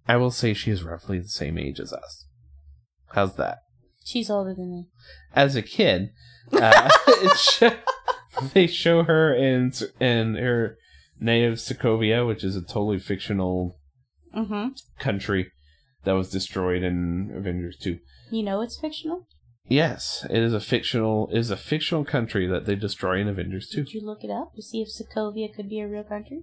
Speaker 2: I will say she is roughly the same age as us. How's that?
Speaker 3: She's older than me.
Speaker 2: As a kid, uh, it's sho- they show her in S- in her native Sokovia, which is a totally fictional
Speaker 3: hmm
Speaker 2: country that was destroyed in Avengers Two.
Speaker 3: You know it's fictional?
Speaker 2: Yes, it is a fictional it is a fictional country that they destroy in Avengers Two.
Speaker 3: Did you look it up to see if Sokovia could be a real country?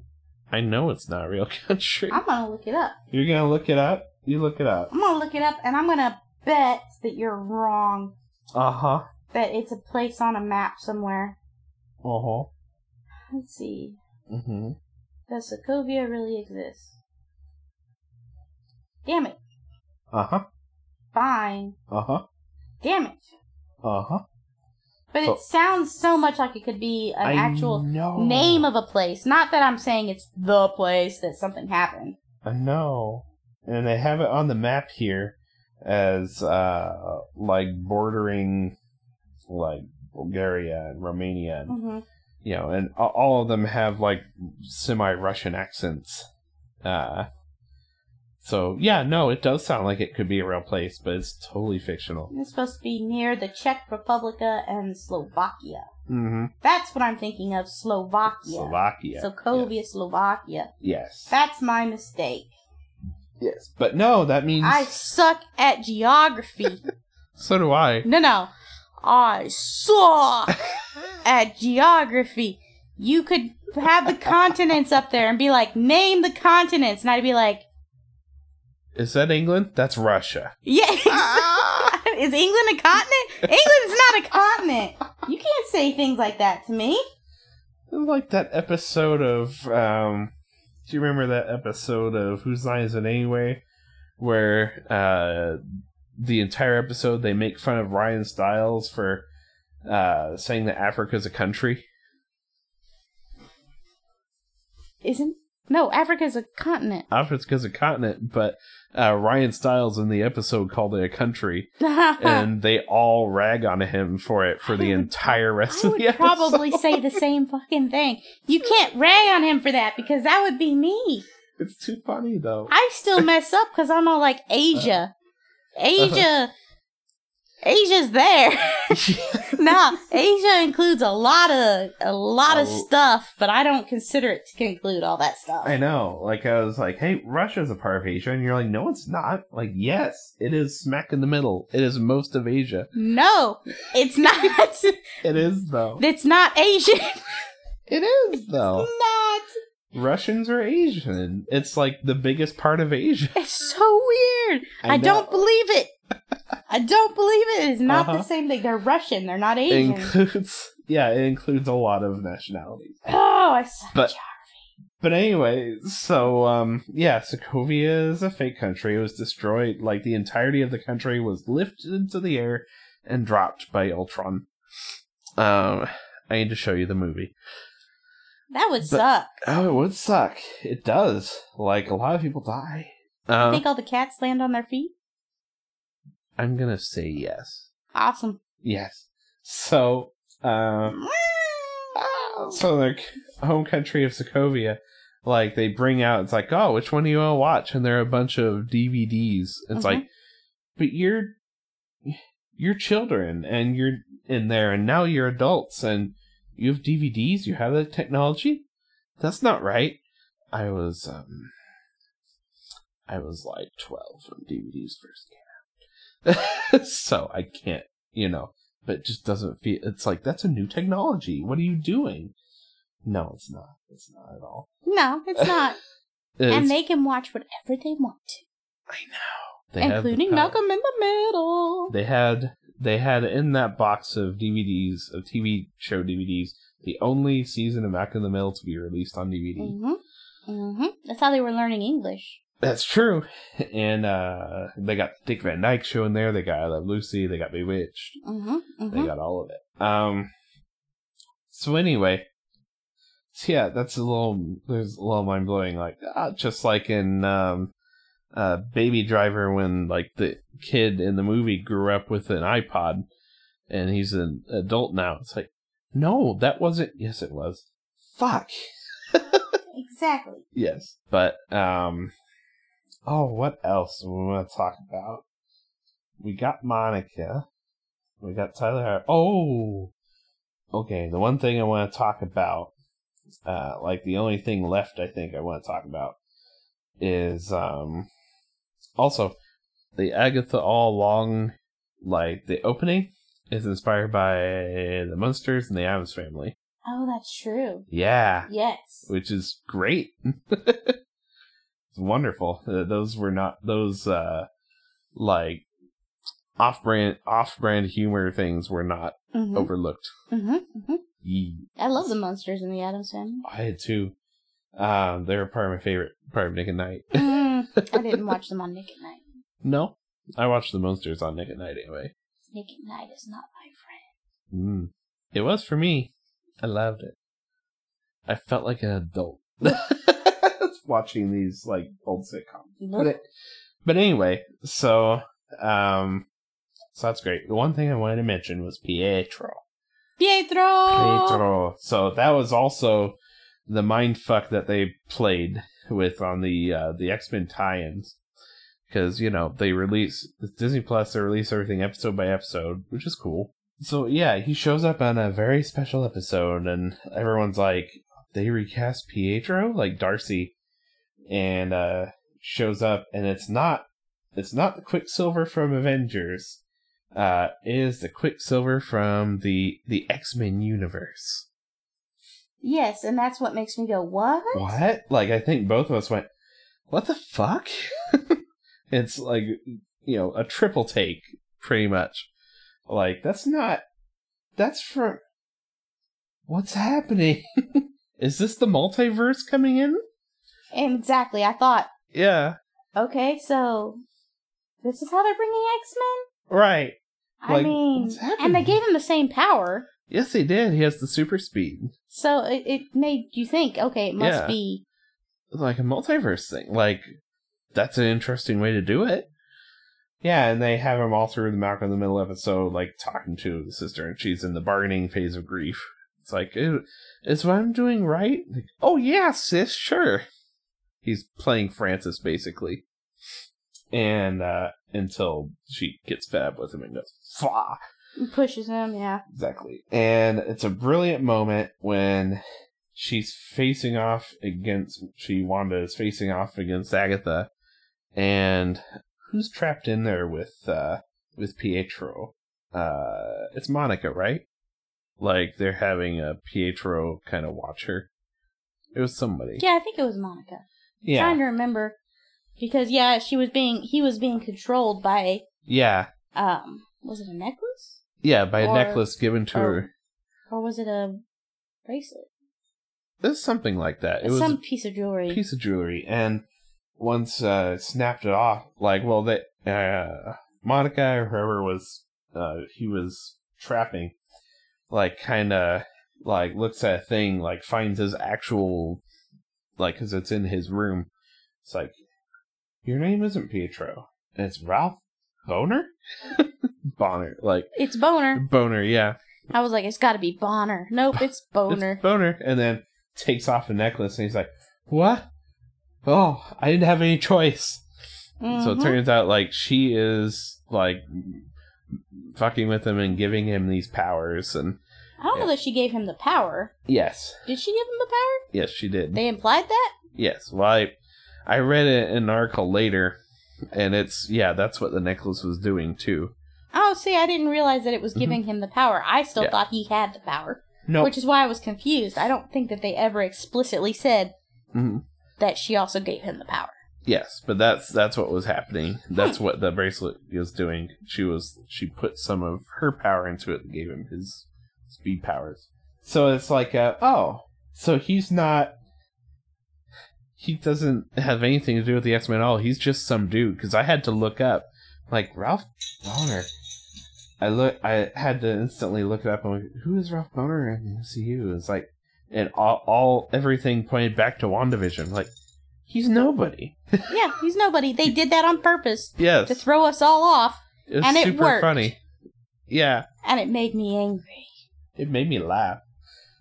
Speaker 2: I know it's not a real country.
Speaker 3: I'm gonna look it up.
Speaker 2: You're gonna look it up. You look it up.
Speaker 3: I'm gonna look it up and I'm gonna bet that you're wrong.
Speaker 2: Uh huh.
Speaker 3: That it's a place on a map somewhere.
Speaker 2: Uh huh.
Speaker 3: Let's see.
Speaker 2: Mm-hmm.
Speaker 3: Does Sokovia really exist? Damn it.
Speaker 2: Uh huh.
Speaker 3: Fine.
Speaker 2: Uh huh.
Speaker 3: Damn it.
Speaker 2: Uh huh.
Speaker 3: But
Speaker 2: So-
Speaker 3: it sounds so much like it could be an actual
Speaker 2: know.
Speaker 3: name of a place. Not that I'm saying it's the place that something happened.
Speaker 2: I know. And they have it on the map here as uh like bordering like Bulgaria and Romania and
Speaker 3: hmm
Speaker 2: you know and a- all of them have like semi Russian accents. Uh so yeah, no, it does sound like it could be a real place, but it's totally fictional.
Speaker 3: It's supposed to be near the Czech Republica and Slovakia.
Speaker 2: Mhm.
Speaker 3: That's what I'm thinking of Slovakia.
Speaker 2: Slovakia.
Speaker 3: Sokovia, Slovakia.
Speaker 2: Yes. Yes.
Speaker 3: That's my mistake.
Speaker 2: yes. But no, that means
Speaker 3: I suck at geography.
Speaker 2: so do I.
Speaker 3: No, no. I suck at geography. You could have the continents up there and be like, name the continents. And I'd be like,
Speaker 2: Is that England? That's Russia.
Speaker 3: yeah. is England a continent? England's not a continent. You can't say things like that to me.
Speaker 2: like that episode of um do you remember that episode of whose line is it anyway where uh the entire episode they make fun of ryan stiles for uh saying that africa's a country
Speaker 3: Isn't. No, Africa's a continent.
Speaker 2: africa's a continent but uh ryan stiles in the episode called it a country
Speaker 3: I
Speaker 2: and they all rag on him for it for the
Speaker 3: I would-
Speaker 2: entire rest of
Speaker 3: would
Speaker 2: the episode
Speaker 3: probably say the same fucking thing. You can't rag on him for that because that would be me.
Speaker 2: it's too funny though
Speaker 3: I still mess up because I'm all like Asia,
Speaker 2: Uh-huh.
Speaker 3: Asia, Asia's there. nah, Asia includes a lot of a lot of
Speaker 2: Oh.
Speaker 3: stuff, but I don't consider it to include all that stuff.
Speaker 2: I know. Like I was like, "Hey, Russia's a part of Asia," and you're like, "No, it's not." Like, yes, it is smack in the middle. It is most of Asia.
Speaker 3: No, it's not.
Speaker 2: It is though.
Speaker 3: it's not Asian.
Speaker 2: It is though.
Speaker 3: not.
Speaker 2: Russians are Asian. It's like the biggest part of Asia.
Speaker 3: It's so weird.
Speaker 2: I
Speaker 3: I, don't
Speaker 2: know.
Speaker 3: believe it. I don't believe it. It's not
Speaker 2: Uh-huh.
Speaker 3: the same thing. They're Russian. They're not Asian.
Speaker 2: Includes yeah, it includes a lot of nationalities.
Speaker 3: Oh, I suck.
Speaker 2: But but anyway, so um yeah, Sokovia is a fake country. It was destroyed like the entirety of the country was lifted into the air and dropped by Ultron. Um I need to show you the movie.
Speaker 3: that would suck.
Speaker 2: Oh, it would suck. It does. Like a lot of people die.
Speaker 3: I
Speaker 2: Um,
Speaker 3: think all the cats land on their feet.
Speaker 2: I'm gonna say yes.
Speaker 3: Awesome.
Speaker 2: Yes. So um so like home country of Sokovia, like they bring out it's like, oh, which one do you want to watch? And there are a bunch of DVDs. It's
Speaker 3: Mhm.
Speaker 2: like, but you're you're children and you're in there, and now you're adults and you have DVDs. You have that technology. That's not right. I was um, I was like twelve when DVDs first came out, so I can't, you know. But it just doesn't feel. It's like that's a new technology. What are you doing? No, it's not. It's not at all.
Speaker 3: No, it's not.
Speaker 2: It's-
Speaker 3: and they can watch whatever they want to,
Speaker 2: I know. They have the
Speaker 3: including
Speaker 2: power.
Speaker 3: Malcolm in the Middle.
Speaker 2: They had they had in that box of DVDs of TV show DVDs the only season of Back in the Middle to be released on DVD.
Speaker 3: hmm hmm That's how they were learning English.
Speaker 2: That's true. And uh they got Dick Van Dyke show in there. They got I Love Lucy. They got Bewitched.
Speaker 3: hmm
Speaker 2: They got all of it. Mm-hmm. Um. So anyway, so yeah, that's a little there's a little mind blowing. Like ah, just like in um, uh, Baby Driver when like the kid in the movie grew up with an iPod, and he's an adult now. It's like, no, that wasn't. Yes, it was. Fuck.
Speaker 3: Exactly.
Speaker 2: Yes. But um oh what else do we want to talk about? We got Monica. We got Tyler Har- Oh Okay, the one thing I want to talk about, uh like the only thing left I think I want to talk about is um also the Agatha all along like the opening is inspired by the Munsters and the Adams family.
Speaker 3: Oh, that's true.
Speaker 2: Yeah
Speaker 3: Yes.
Speaker 2: which is great. it's wonderful. Uh, those were not those uh like off-brand off-brand humor things were not
Speaker 3: hmm
Speaker 2: overlooked.
Speaker 3: hmm
Speaker 2: Ye-
Speaker 3: I love the monsters in the Adams family.
Speaker 2: I had two. Um, they were part of my favorite part of Nick and Night.
Speaker 3: Mm, I didn't watch them on Nick at Night.
Speaker 2: No, I watched the Monsters on Nick at Night anyway.
Speaker 3: Nick at Night is not my friend.
Speaker 2: Mm. It was for me. I loved it. I felt like an adult watching these like old sitcoms. But, it, but anyway, so um, so that's great. The one thing I wanted to mention was Pietro.
Speaker 3: Pietro!
Speaker 2: Pietro. So that was also the mind fuck that they played with on the uh, the X Men tie-ins, because you know they release with Disney Plus, they release everything episode by episode, which is cool. So yeah, he shows up on a very special episode, and everyone's like, they recast Pietro, like Darcy, and uh, shows up, and it's not it's not the Quicksilver from Avengers uh, is the Quicksilver from the the X Men universe.
Speaker 3: Yes, and that's what makes me go, what?
Speaker 2: What? Like, I think both of us went, "What the fuck?" it's like you know a triple take, pretty much. Like that's not that's from what's happening. is this the multiverse coming in?
Speaker 3: Exactly. I thought,
Speaker 2: Yeah,
Speaker 3: okay, so this is how they're bringing X Men?
Speaker 2: right.
Speaker 3: I
Speaker 2: Like,
Speaker 3: mean,
Speaker 2: what's
Speaker 3: and they
Speaker 2: happening?
Speaker 3: gave him the same power.
Speaker 2: Yes, he did. He has the super speed.
Speaker 3: So it, it made you think, okay, it must
Speaker 2: Yeah.
Speaker 3: be.
Speaker 2: like a multiverse thing. Like that's an interesting way to do it. Yeah, and they have him all through the Malcolm in the Middle episode, like talking to the sister, and she's in the bargaining phase of grief. It's like, "Is- is what I'm doing right? Like, oh yeah, sis, sure. He's playing Francis basically, and uh until she gets fed up with him and goes, "Fuck."
Speaker 3: Pushes him, yeah.
Speaker 2: Exactly. And it's a brilliant moment when she's facing off against she Wanda is facing off against Agatha and who's trapped in there with uh with Pietro? Uh it's Monica, right? Like they're having a Pietro kind of watch her. It was somebody.
Speaker 3: Yeah, I think it was Monica. Trying
Speaker 2: Yeah.
Speaker 3: to remember. Because, yeah, she was being, he was being controlled by,
Speaker 2: Yeah.
Speaker 3: um, was it a necklace?
Speaker 2: Yeah, by a
Speaker 3: Or- oh.
Speaker 2: necklace given to
Speaker 3: or-
Speaker 2: her.
Speaker 3: or was it a bracelet?
Speaker 2: It's something like that. It was
Speaker 3: Some piece of jewelry.
Speaker 2: a piece of jewelry, and once uh, snapped it off. Like, well, that uh, Monica or whoever was uh, he was trapping, like, kind of like looks at a thing, like finds his actual, like, because it's in his room. It's like, your name isn't Pietro. And it's Ralph Boner. Bonner, like
Speaker 3: It's Boner.
Speaker 2: Boner, yeah.
Speaker 3: I was like, it's got to be Bonner. Nope, it's Boner.
Speaker 2: It's boner. And then takes off the necklace and he's like, What? Oh, I didn't have any choice. So it
Speaker 3: Mhm.
Speaker 2: turns out like she is like fucking with him and giving him these powers and
Speaker 3: I don't know that she gave him the power.
Speaker 2: Yes.
Speaker 3: Did she give him the power?
Speaker 2: Yes, she did.
Speaker 3: They implied that?
Speaker 2: yes. Well I I read it in an article later and it's yeah, that's what the necklace was doing too.
Speaker 3: Oh, see, I didn't realize that it was giving him the power. I
Speaker 2: Mm-hmm.
Speaker 3: still
Speaker 2: Yeah.
Speaker 3: thought he had the power,
Speaker 2: No
Speaker 3: which is why I was confused. I don't think that they ever explicitly said
Speaker 2: Mhm.
Speaker 3: that she also gave him the power.
Speaker 2: Yes, but that's that's what was happening. That's what the bracelet was doing. She was she put some of her power into it and gave him his speed powers. So it's like a, oh, so he's not he doesn't have anything to do with the X Men at all. He's just some dude. Because I had to look up like Ralph Boner. I look. I had to instantly look it up. and went, who is Ralph Boner in the MCU? It's like and all, all everything pointed back to Wandavision. Like he's nobody.
Speaker 3: yeah, he's nobody. They did that on purpose
Speaker 2: Yes.
Speaker 3: to throw us all off,
Speaker 2: It was
Speaker 3: And it
Speaker 2: super
Speaker 3: worked.
Speaker 2: funny. Yeah,
Speaker 3: and it made me angry.
Speaker 2: it made me laugh.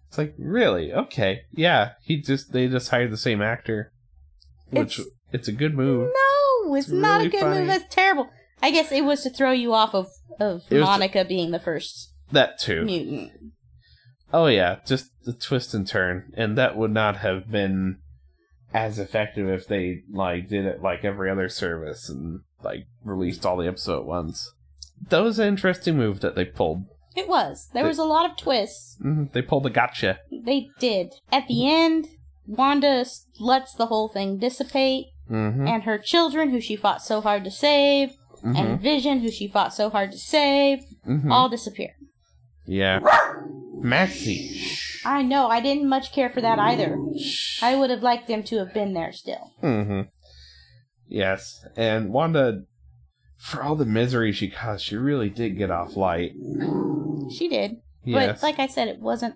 Speaker 2: It's like, really? Okay. Yeah, he just they just hired the same actor. Which it's,
Speaker 3: It's-
Speaker 2: a good move.
Speaker 3: No, it's,
Speaker 2: It's
Speaker 3: not
Speaker 2: really
Speaker 3: a good
Speaker 2: funny.
Speaker 3: move. That's terrible. I guess it was to throw you off of, of
Speaker 2: It was-
Speaker 3: Monica being the first
Speaker 2: That too.
Speaker 3: mutant.
Speaker 2: Oh yeah, just the twist and turn. And that would not have been as effective if they like did it like every other service and like released all the episode at once. That was an interesting move that they pulled.
Speaker 3: It was. There
Speaker 2: They-
Speaker 3: was a lot of twists.
Speaker 2: Mhm, They pulled the gotcha.
Speaker 3: They did. At the end, Wanda s- lets the whole thing dissipate,
Speaker 2: Mm-hmm.
Speaker 3: and her children, who she fought so hard to save, and Vision, who she fought so hard to save,
Speaker 2: hmm
Speaker 3: all disappear.
Speaker 2: Yeah. Maxie.
Speaker 3: I know, I didn't much care for that either. I would have liked them to have been there still.
Speaker 2: hmm Yes, and Wanda, for all the misery she caused, she really did get off light.
Speaker 3: She did.
Speaker 2: Yes.
Speaker 3: But like I said, it wasn't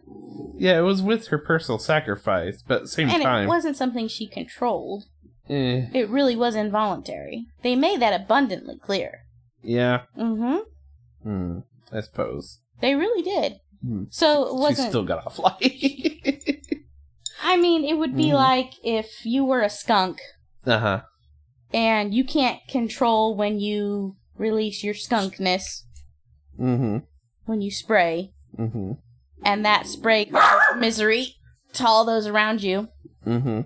Speaker 2: yeah, it was with her personal sacrifice, but at the same
Speaker 3: and
Speaker 2: time,
Speaker 3: it wasn't something she controlled.
Speaker 2: eh,
Speaker 3: It really was involuntary. They made that abundantly clear.
Speaker 2: yeah,
Speaker 3: Mm-hmm.
Speaker 2: mm, I suppose
Speaker 3: They really did.
Speaker 2: Hmm.
Speaker 3: So it
Speaker 2: she
Speaker 3: wasn't
Speaker 2: still got off light.
Speaker 3: I mean, it would be
Speaker 2: Mhm.
Speaker 3: like if you were a skunk
Speaker 2: uh huh.
Speaker 3: and you can't control when you release your skunkness
Speaker 2: Mm-hmm.
Speaker 3: when you spray,
Speaker 2: Mm-hmm.
Speaker 3: and that spray causes misery to all those around you.
Speaker 2: Mm-hmm.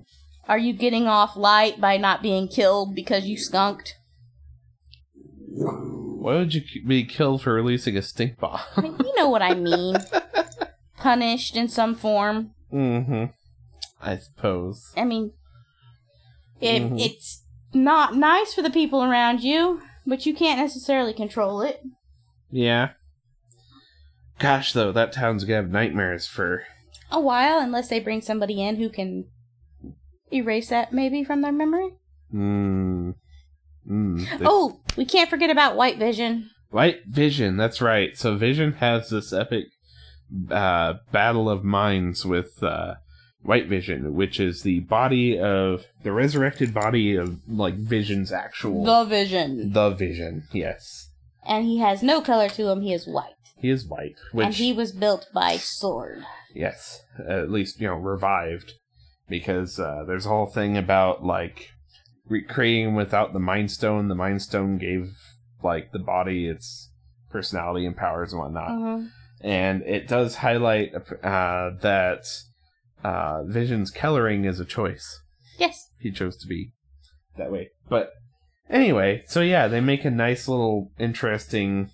Speaker 3: Are you getting off light by not being killed because you skunked?
Speaker 2: Why would you k- be killed for releasing a stink
Speaker 3: I
Speaker 2: bomb?
Speaker 3: mean, you know what I mean. Punished in some form.
Speaker 2: mm-hmm. I suppose.
Speaker 3: I mean, it,
Speaker 2: Mhm.
Speaker 3: it's not nice for the people around you, but you can't necessarily control it.
Speaker 2: Yeah. Gosh, though, that town's gonna have nightmares for
Speaker 3: a while unless they bring somebody in who can erase that maybe from their memory.
Speaker 2: Mm. Mm. They-
Speaker 3: Oh, we can't forget about White Vision.
Speaker 2: Right? Vision, that's right. So Vision has this epic uh, battle of minds with uh, White Vision, which is the body of the resurrected body of like Vision's actual
Speaker 3: The Vision.
Speaker 2: the Vision. Yes,
Speaker 3: And he has no color to him, he is white.
Speaker 2: he is white, which
Speaker 3: And he was built by sword.
Speaker 2: Yes, at least you know revived, because uh, there's a whole thing about like recreating without the Mind Stone. The Mind Stone gave like the body its personality and powers and whatnot,
Speaker 3: Mhm.
Speaker 2: and it does highlight uh, that uh, Vision's coloring is a choice.
Speaker 3: Yes.
Speaker 2: He chose to be that way, but anyway, so yeah, they make a nice little interesting.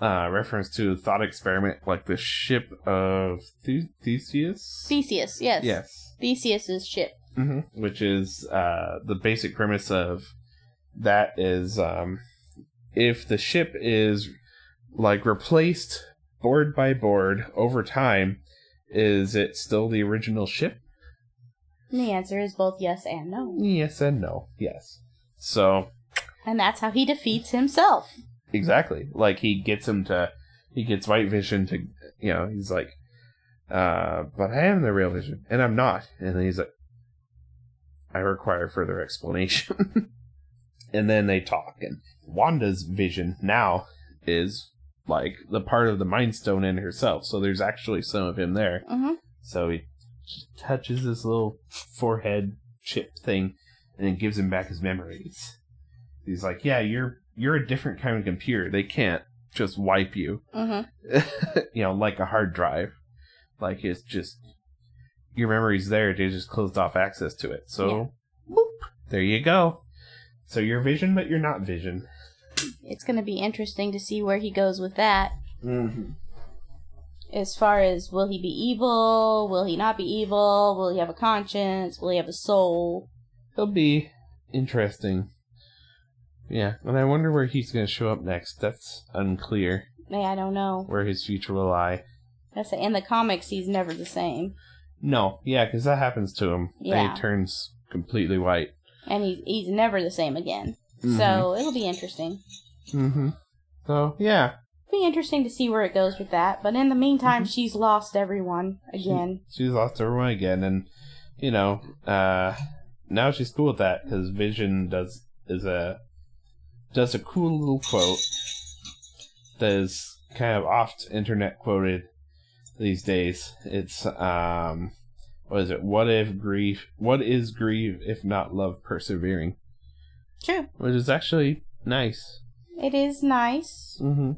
Speaker 2: Uh, reference to thought experiment like the ship of Thu- Theseus.
Speaker 3: Theseus, yes.
Speaker 2: Yes.
Speaker 3: Theseus's ship.
Speaker 2: hmm Which is uh, the basic premise of that is um, if the ship is like replaced board by board over time, is it still the original ship?
Speaker 3: And the answer is both yes and no.
Speaker 2: Yes and no. Yes. So
Speaker 3: And that's how he defeats himself.
Speaker 2: Exactly. Like he gets him to, he gets White Vision to, you know, he's like, uh, but I am the real Vision, and I'm not. And then he's like, I require further explanation. and then they talk, and Wanda's vision now is like the part of the Mind Stone in herself. So there's actually some of him there.
Speaker 3: hmm
Speaker 2: So he touches this little forehead chip thing, and it gives him back his memories. He's like, "Yeah, you're you're a different kind of computer. They can't just wipe you,
Speaker 3: hmm
Speaker 2: you know, like a hard drive. Like it's just your memories there. They just closed off access to it. So, boop, there you go. So you're Vision, but you're not Vision.
Speaker 3: It's going to be interesting to see where he goes with that.
Speaker 2: Mm-hmm.
Speaker 3: As far as will he be evil? Will he not be evil? Will he have a conscience? Will he have a soul?
Speaker 2: It'll be interesting. Yeah, and I wonder where he's going to show up next. That's unclear."
Speaker 3: Hey, I don't know.
Speaker 2: where his future will lie.
Speaker 3: That's in the comics. He's never the same,
Speaker 2: No, yeah, because that happens to him. And
Speaker 3: Yeah.
Speaker 2: he turns completely white.
Speaker 3: and he, he's never the same again. So it'll be interesting.
Speaker 2: Mm-hmm. So yeah,
Speaker 3: Be interesting to see where it goes with that. But in the meantime, she's lost everyone again.
Speaker 2: she's lost her way again, and you know, uh, now she's cool with that because Vision does is a does a cool little quote that is kind of oft internet quoted these days. It's um, what is it? What if grief? What is grief if not love persevering?
Speaker 3: True.
Speaker 2: Which is actually nice.
Speaker 3: It is nice.
Speaker 2: Mm-hmm.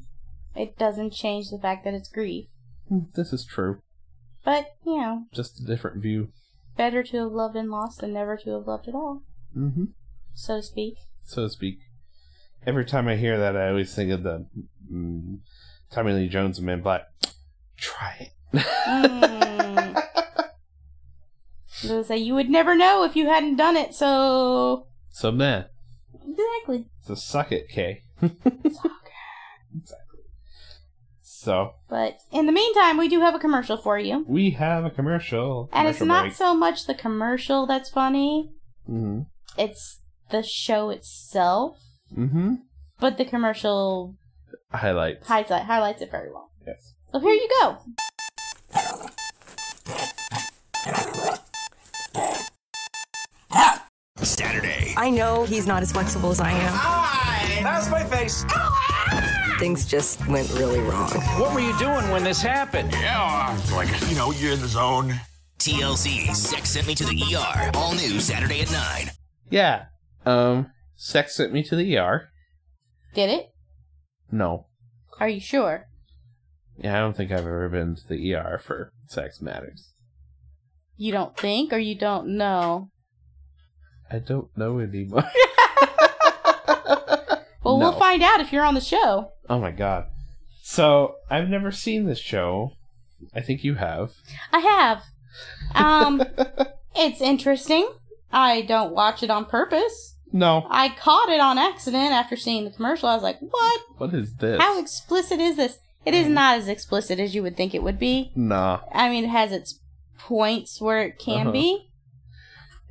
Speaker 3: It doesn't change the fact that it's grief.
Speaker 2: Mm, This is true.
Speaker 3: But, you know,
Speaker 2: Just a different view.
Speaker 3: better to have loved and lost than never to have loved at all,
Speaker 2: Mm-hmm.
Speaker 3: so to speak.
Speaker 2: So to speak. Every time I hear that, I always think of the mm, Tommy Lee Jones and Men in Black. Try it.
Speaker 3: Mm. I was gonna say, you would never know if you hadn't done it, so.
Speaker 2: so man,
Speaker 3: Exactly.
Speaker 2: so suck it, Kay. Exactly. So
Speaker 3: But in the meantime, we do have a commercial for you.
Speaker 2: we have a commercial,
Speaker 3: And it's
Speaker 2: commercial
Speaker 3: not
Speaker 2: break.
Speaker 3: so much the commercial that's funny,
Speaker 2: Mhm.
Speaker 3: it's the show itself.
Speaker 2: Mhm.
Speaker 3: But the commercial
Speaker 2: Highlights.
Speaker 3: highlight, highlights it very well.
Speaker 2: Yes.
Speaker 3: So here you go.
Speaker 6: I know he's not as flexible as I am.
Speaker 7: That's my face.
Speaker 6: Things just went really wrong.
Speaker 7: What were you doing when this happened?
Speaker 8: Yeah, like, you know, you're in the zone.
Speaker 9: TLC, Sex Sent Me to the ER. All new Saturday at 9.
Speaker 2: Yeah. Um. Sex sent me to the ER.
Speaker 3: Did it?
Speaker 2: No.
Speaker 3: Are you sure?
Speaker 2: Yeah, I don't think I've ever been to the ER for sex matters.
Speaker 3: You don't think or you don't know?
Speaker 2: I don't know anymore.
Speaker 3: Well,
Speaker 2: No.
Speaker 3: we'll find out if you're on the show.
Speaker 2: oh my god. So I've never seen this show. I think you have.
Speaker 3: I have. Um, it's interesting. I don't watch it on purpose.
Speaker 2: No.
Speaker 3: I caught it on accident after seeing the commercial. I was like, what?
Speaker 2: What is this?
Speaker 3: How explicit is this? It
Speaker 2: Mm-hmm.
Speaker 3: is not as explicit as you would think it would be.
Speaker 2: nah.
Speaker 3: I mean, it has its points where it can
Speaker 2: Uh-huh.
Speaker 3: be.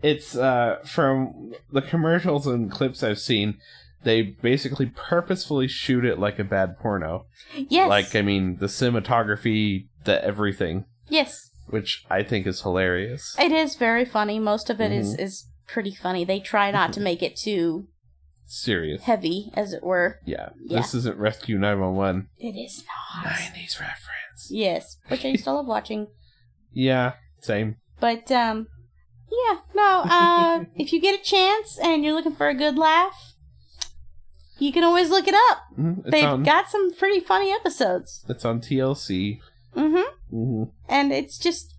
Speaker 2: It's uh from the commercials and clips I've seen, they basically purposefully shoot it like a bad porno.
Speaker 3: Yes.
Speaker 2: Like I mean the cinematography, the everything,
Speaker 3: yes.
Speaker 2: which I think is hilarious.
Speaker 3: It is very funny. Most of it is is pretty funny. They try not to make it too
Speaker 2: Serious.
Speaker 3: heavy, as it were.
Speaker 2: Yeah.
Speaker 3: Yeah.
Speaker 2: This isn't Rescue 911.
Speaker 3: It is not.
Speaker 2: 90s reference.
Speaker 3: Yes, which I used to love watching.
Speaker 2: Yeah, same.
Speaker 3: But um, yeah, no. Uh, if you get a chance and you're looking for a good laugh, you can always look it up.
Speaker 2: Mhm, It's
Speaker 3: They've
Speaker 2: on
Speaker 3: got some pretty funny episodes.
Speaker 2: it's on TLC.
Speaker 3: Mm-hmm.
Speaker 2: Mm-hmm.
Speaker 3: And it's just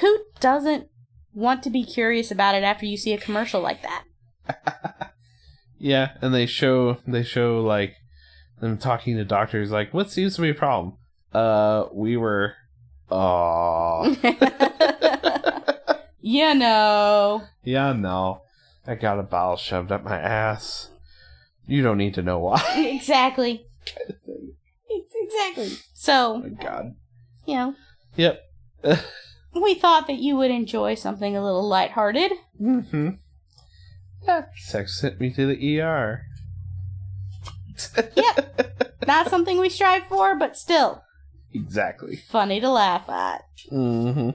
Speaker 3: who doesn't want to be curious about it after you see a commercial like that?
Speaker 2: Yeah, and they show they show like them talking to doctors like, what seems to be a problem? Uh we were oh
Speaker 3: You know.
Speaker 2: yeah, no. I got a bowel shoved up my ass. You don't need to know why.
Speaker 3: Exactly. Exactly. So,
Speaker 2: God.
Speaker 3: you know,
Speaker 2: Yep.
Speaker 3: we thought that you would enjoy something a little lighthearted.
Speaker 2: Mm-hmm. Yeah. Sex sent me to the ER.
Speaker 3: Not something we strive for, but still
Speaker 2: Exactly.
Speaker 3: funny to laugh at.
Speaker 2: Mm-hmm.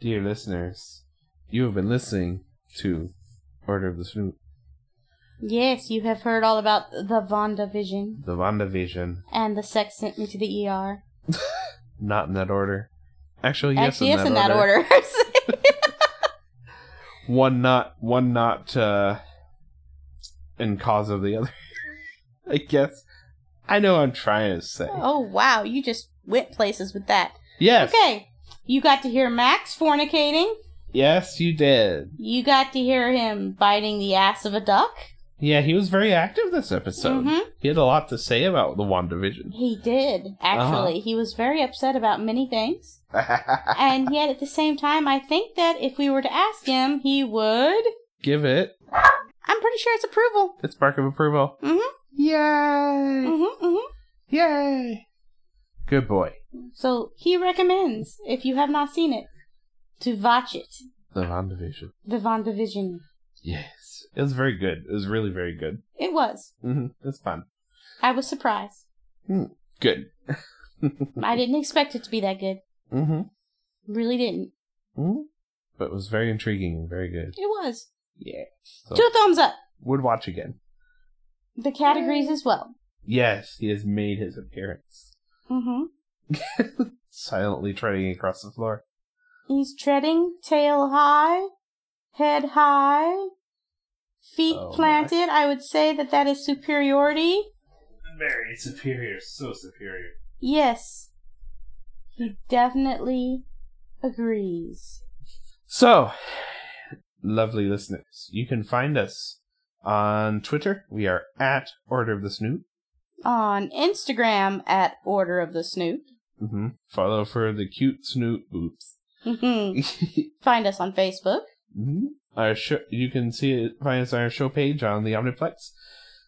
Speaker 2: Dear listeners, you have been listening to Order of the Snoop,
Speaker 3: Yes, you have heard all about the WandaVision
Speaker 2: the WandaVision.
Speaker 3: and the sex sent me to the ER.
Speaker 2: Not in that order. Actually, yes,
Speaker 3: Actually,
Speaker 2: in,
Speaker 3: yes,
Speaker 2: that,
Speaker 3: in
Speaker 2: order.
Speaker 3: that order.
Speaker 2: One not, one not, uh, in cause of the other. I guess. I know what I'm trying to say.
Speaker 3: oh, wow. You just went places with that.
Speaker 2: Yes.
Speaker 3: Okay. You got to hear Max fornicating.
Speaker 2: Yes, you did.
Speaker 3: You got to hear him biting the ass of a duck.
Speaker 2: Yeah, he was very active this episode.
Speaker 3: Mhm.
Speaker 2: He had a lot to say about the WandaVision.
Speaker 3: He did, actually. He was very upset about many things. and yet, at the same time, I think that if we were to ask him, he would.
Speaker 2: Give it
Speaker 3: I'm pretty sure it's approval.
Speaker 2: its mark of approval.
Speaker 3: Mm hmm.
Speaker 2: Yay!
Speaker 3: Mm hmm. Mm hmm.
Speaker 2: Yay! Good boy.
Speaker 3: So he recommends, if you have not seen it, to watch it.
Speaker 2: The WandaVision.
Speaker 3: The WandaVision.
Speaker 2: Yes. It was very good. It was really very good.
Speaker 3: It was.
Speaker 2: Mm-hmm. It's fun.
Speaker 3: I was surprised.
Speaker 2: Good.
Speaker 3: I didn't expect it to be that good.
Speaker 2: Mm-hmm.
Speaker 3: Really didn't.
Speaker 2: Mm-hmm. But it was very intriguing and very good.
Speaker 3: It was.
Speaker 2: Yeah. So,
Speaker 3: Two thumbs up.
Speaker 2: would watch again.
Speaker 3: The categories as well.
Speaker 2: Yes, he has made his appearance.
Speaker 3: Mm-hmm.
Speaker 2: Silently treading across the floor.
Speaker 3: He's treading tail high, head high, feet
Speaker 2: Oh, my.
Speaker 3: planted. I would say that that is superiority.
Speaker 2: Very superior. So superior.
Speaker 3: Yes. He definitely agrees.
Speaker 2: So, lovely listeners, you can find us on Twitter. We are at Order of the Snoot.
Speaker 3: On Instagram at Order of the Snoop.
Speaker 2: Mm-hmm. Follow for the cute snoot boots.
Speaker 3: Mhm. Find us on Facebook.
Speaker 2: Mhm. Our show, you can see it, find us on our show page on the Omniplex,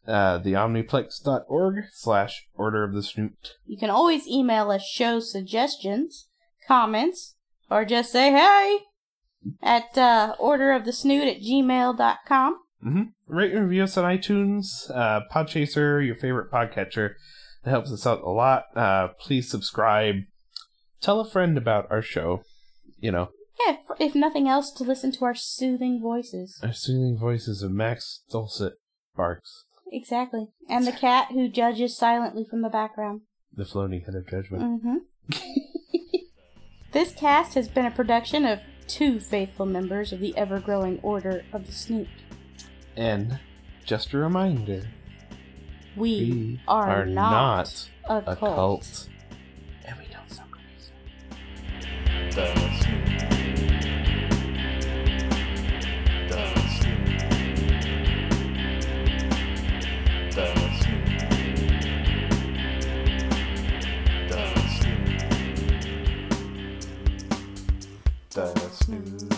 Speaker 2: uh, theomniplex.org slash Order of the Snoot.
Speaker 3: You can always email us show suggestions, comments, or just say hey at uh, orderofthesnoot at gmail.com.
Speaker 2: Mm-hmm. Rate and review us on iTunes, uh, Podchaser, your favorite podcatcher. That helps us out a lot. Uh, please subscribe. Tell a friend about our show. You know,
Speaker 3: Yeah, if, if nothing else, to listen to our soothing voices.
Speaker 2: our soothing voices of Max Dulcet barks,
Speaker 3: Exactly. And the cat who judges silently from the background.
Speaker 2: the floating head of judgment.
Speaker 3: Mm-hmm. this cast has been a production of two faithful members of the ever-growing Order of the Snoot.
Speaker 2: And just a reminder.
Speaker 3: We, are, not, a, cult.
Speaker 2: And we don't sound crazy.
Speaker 10: Dance news.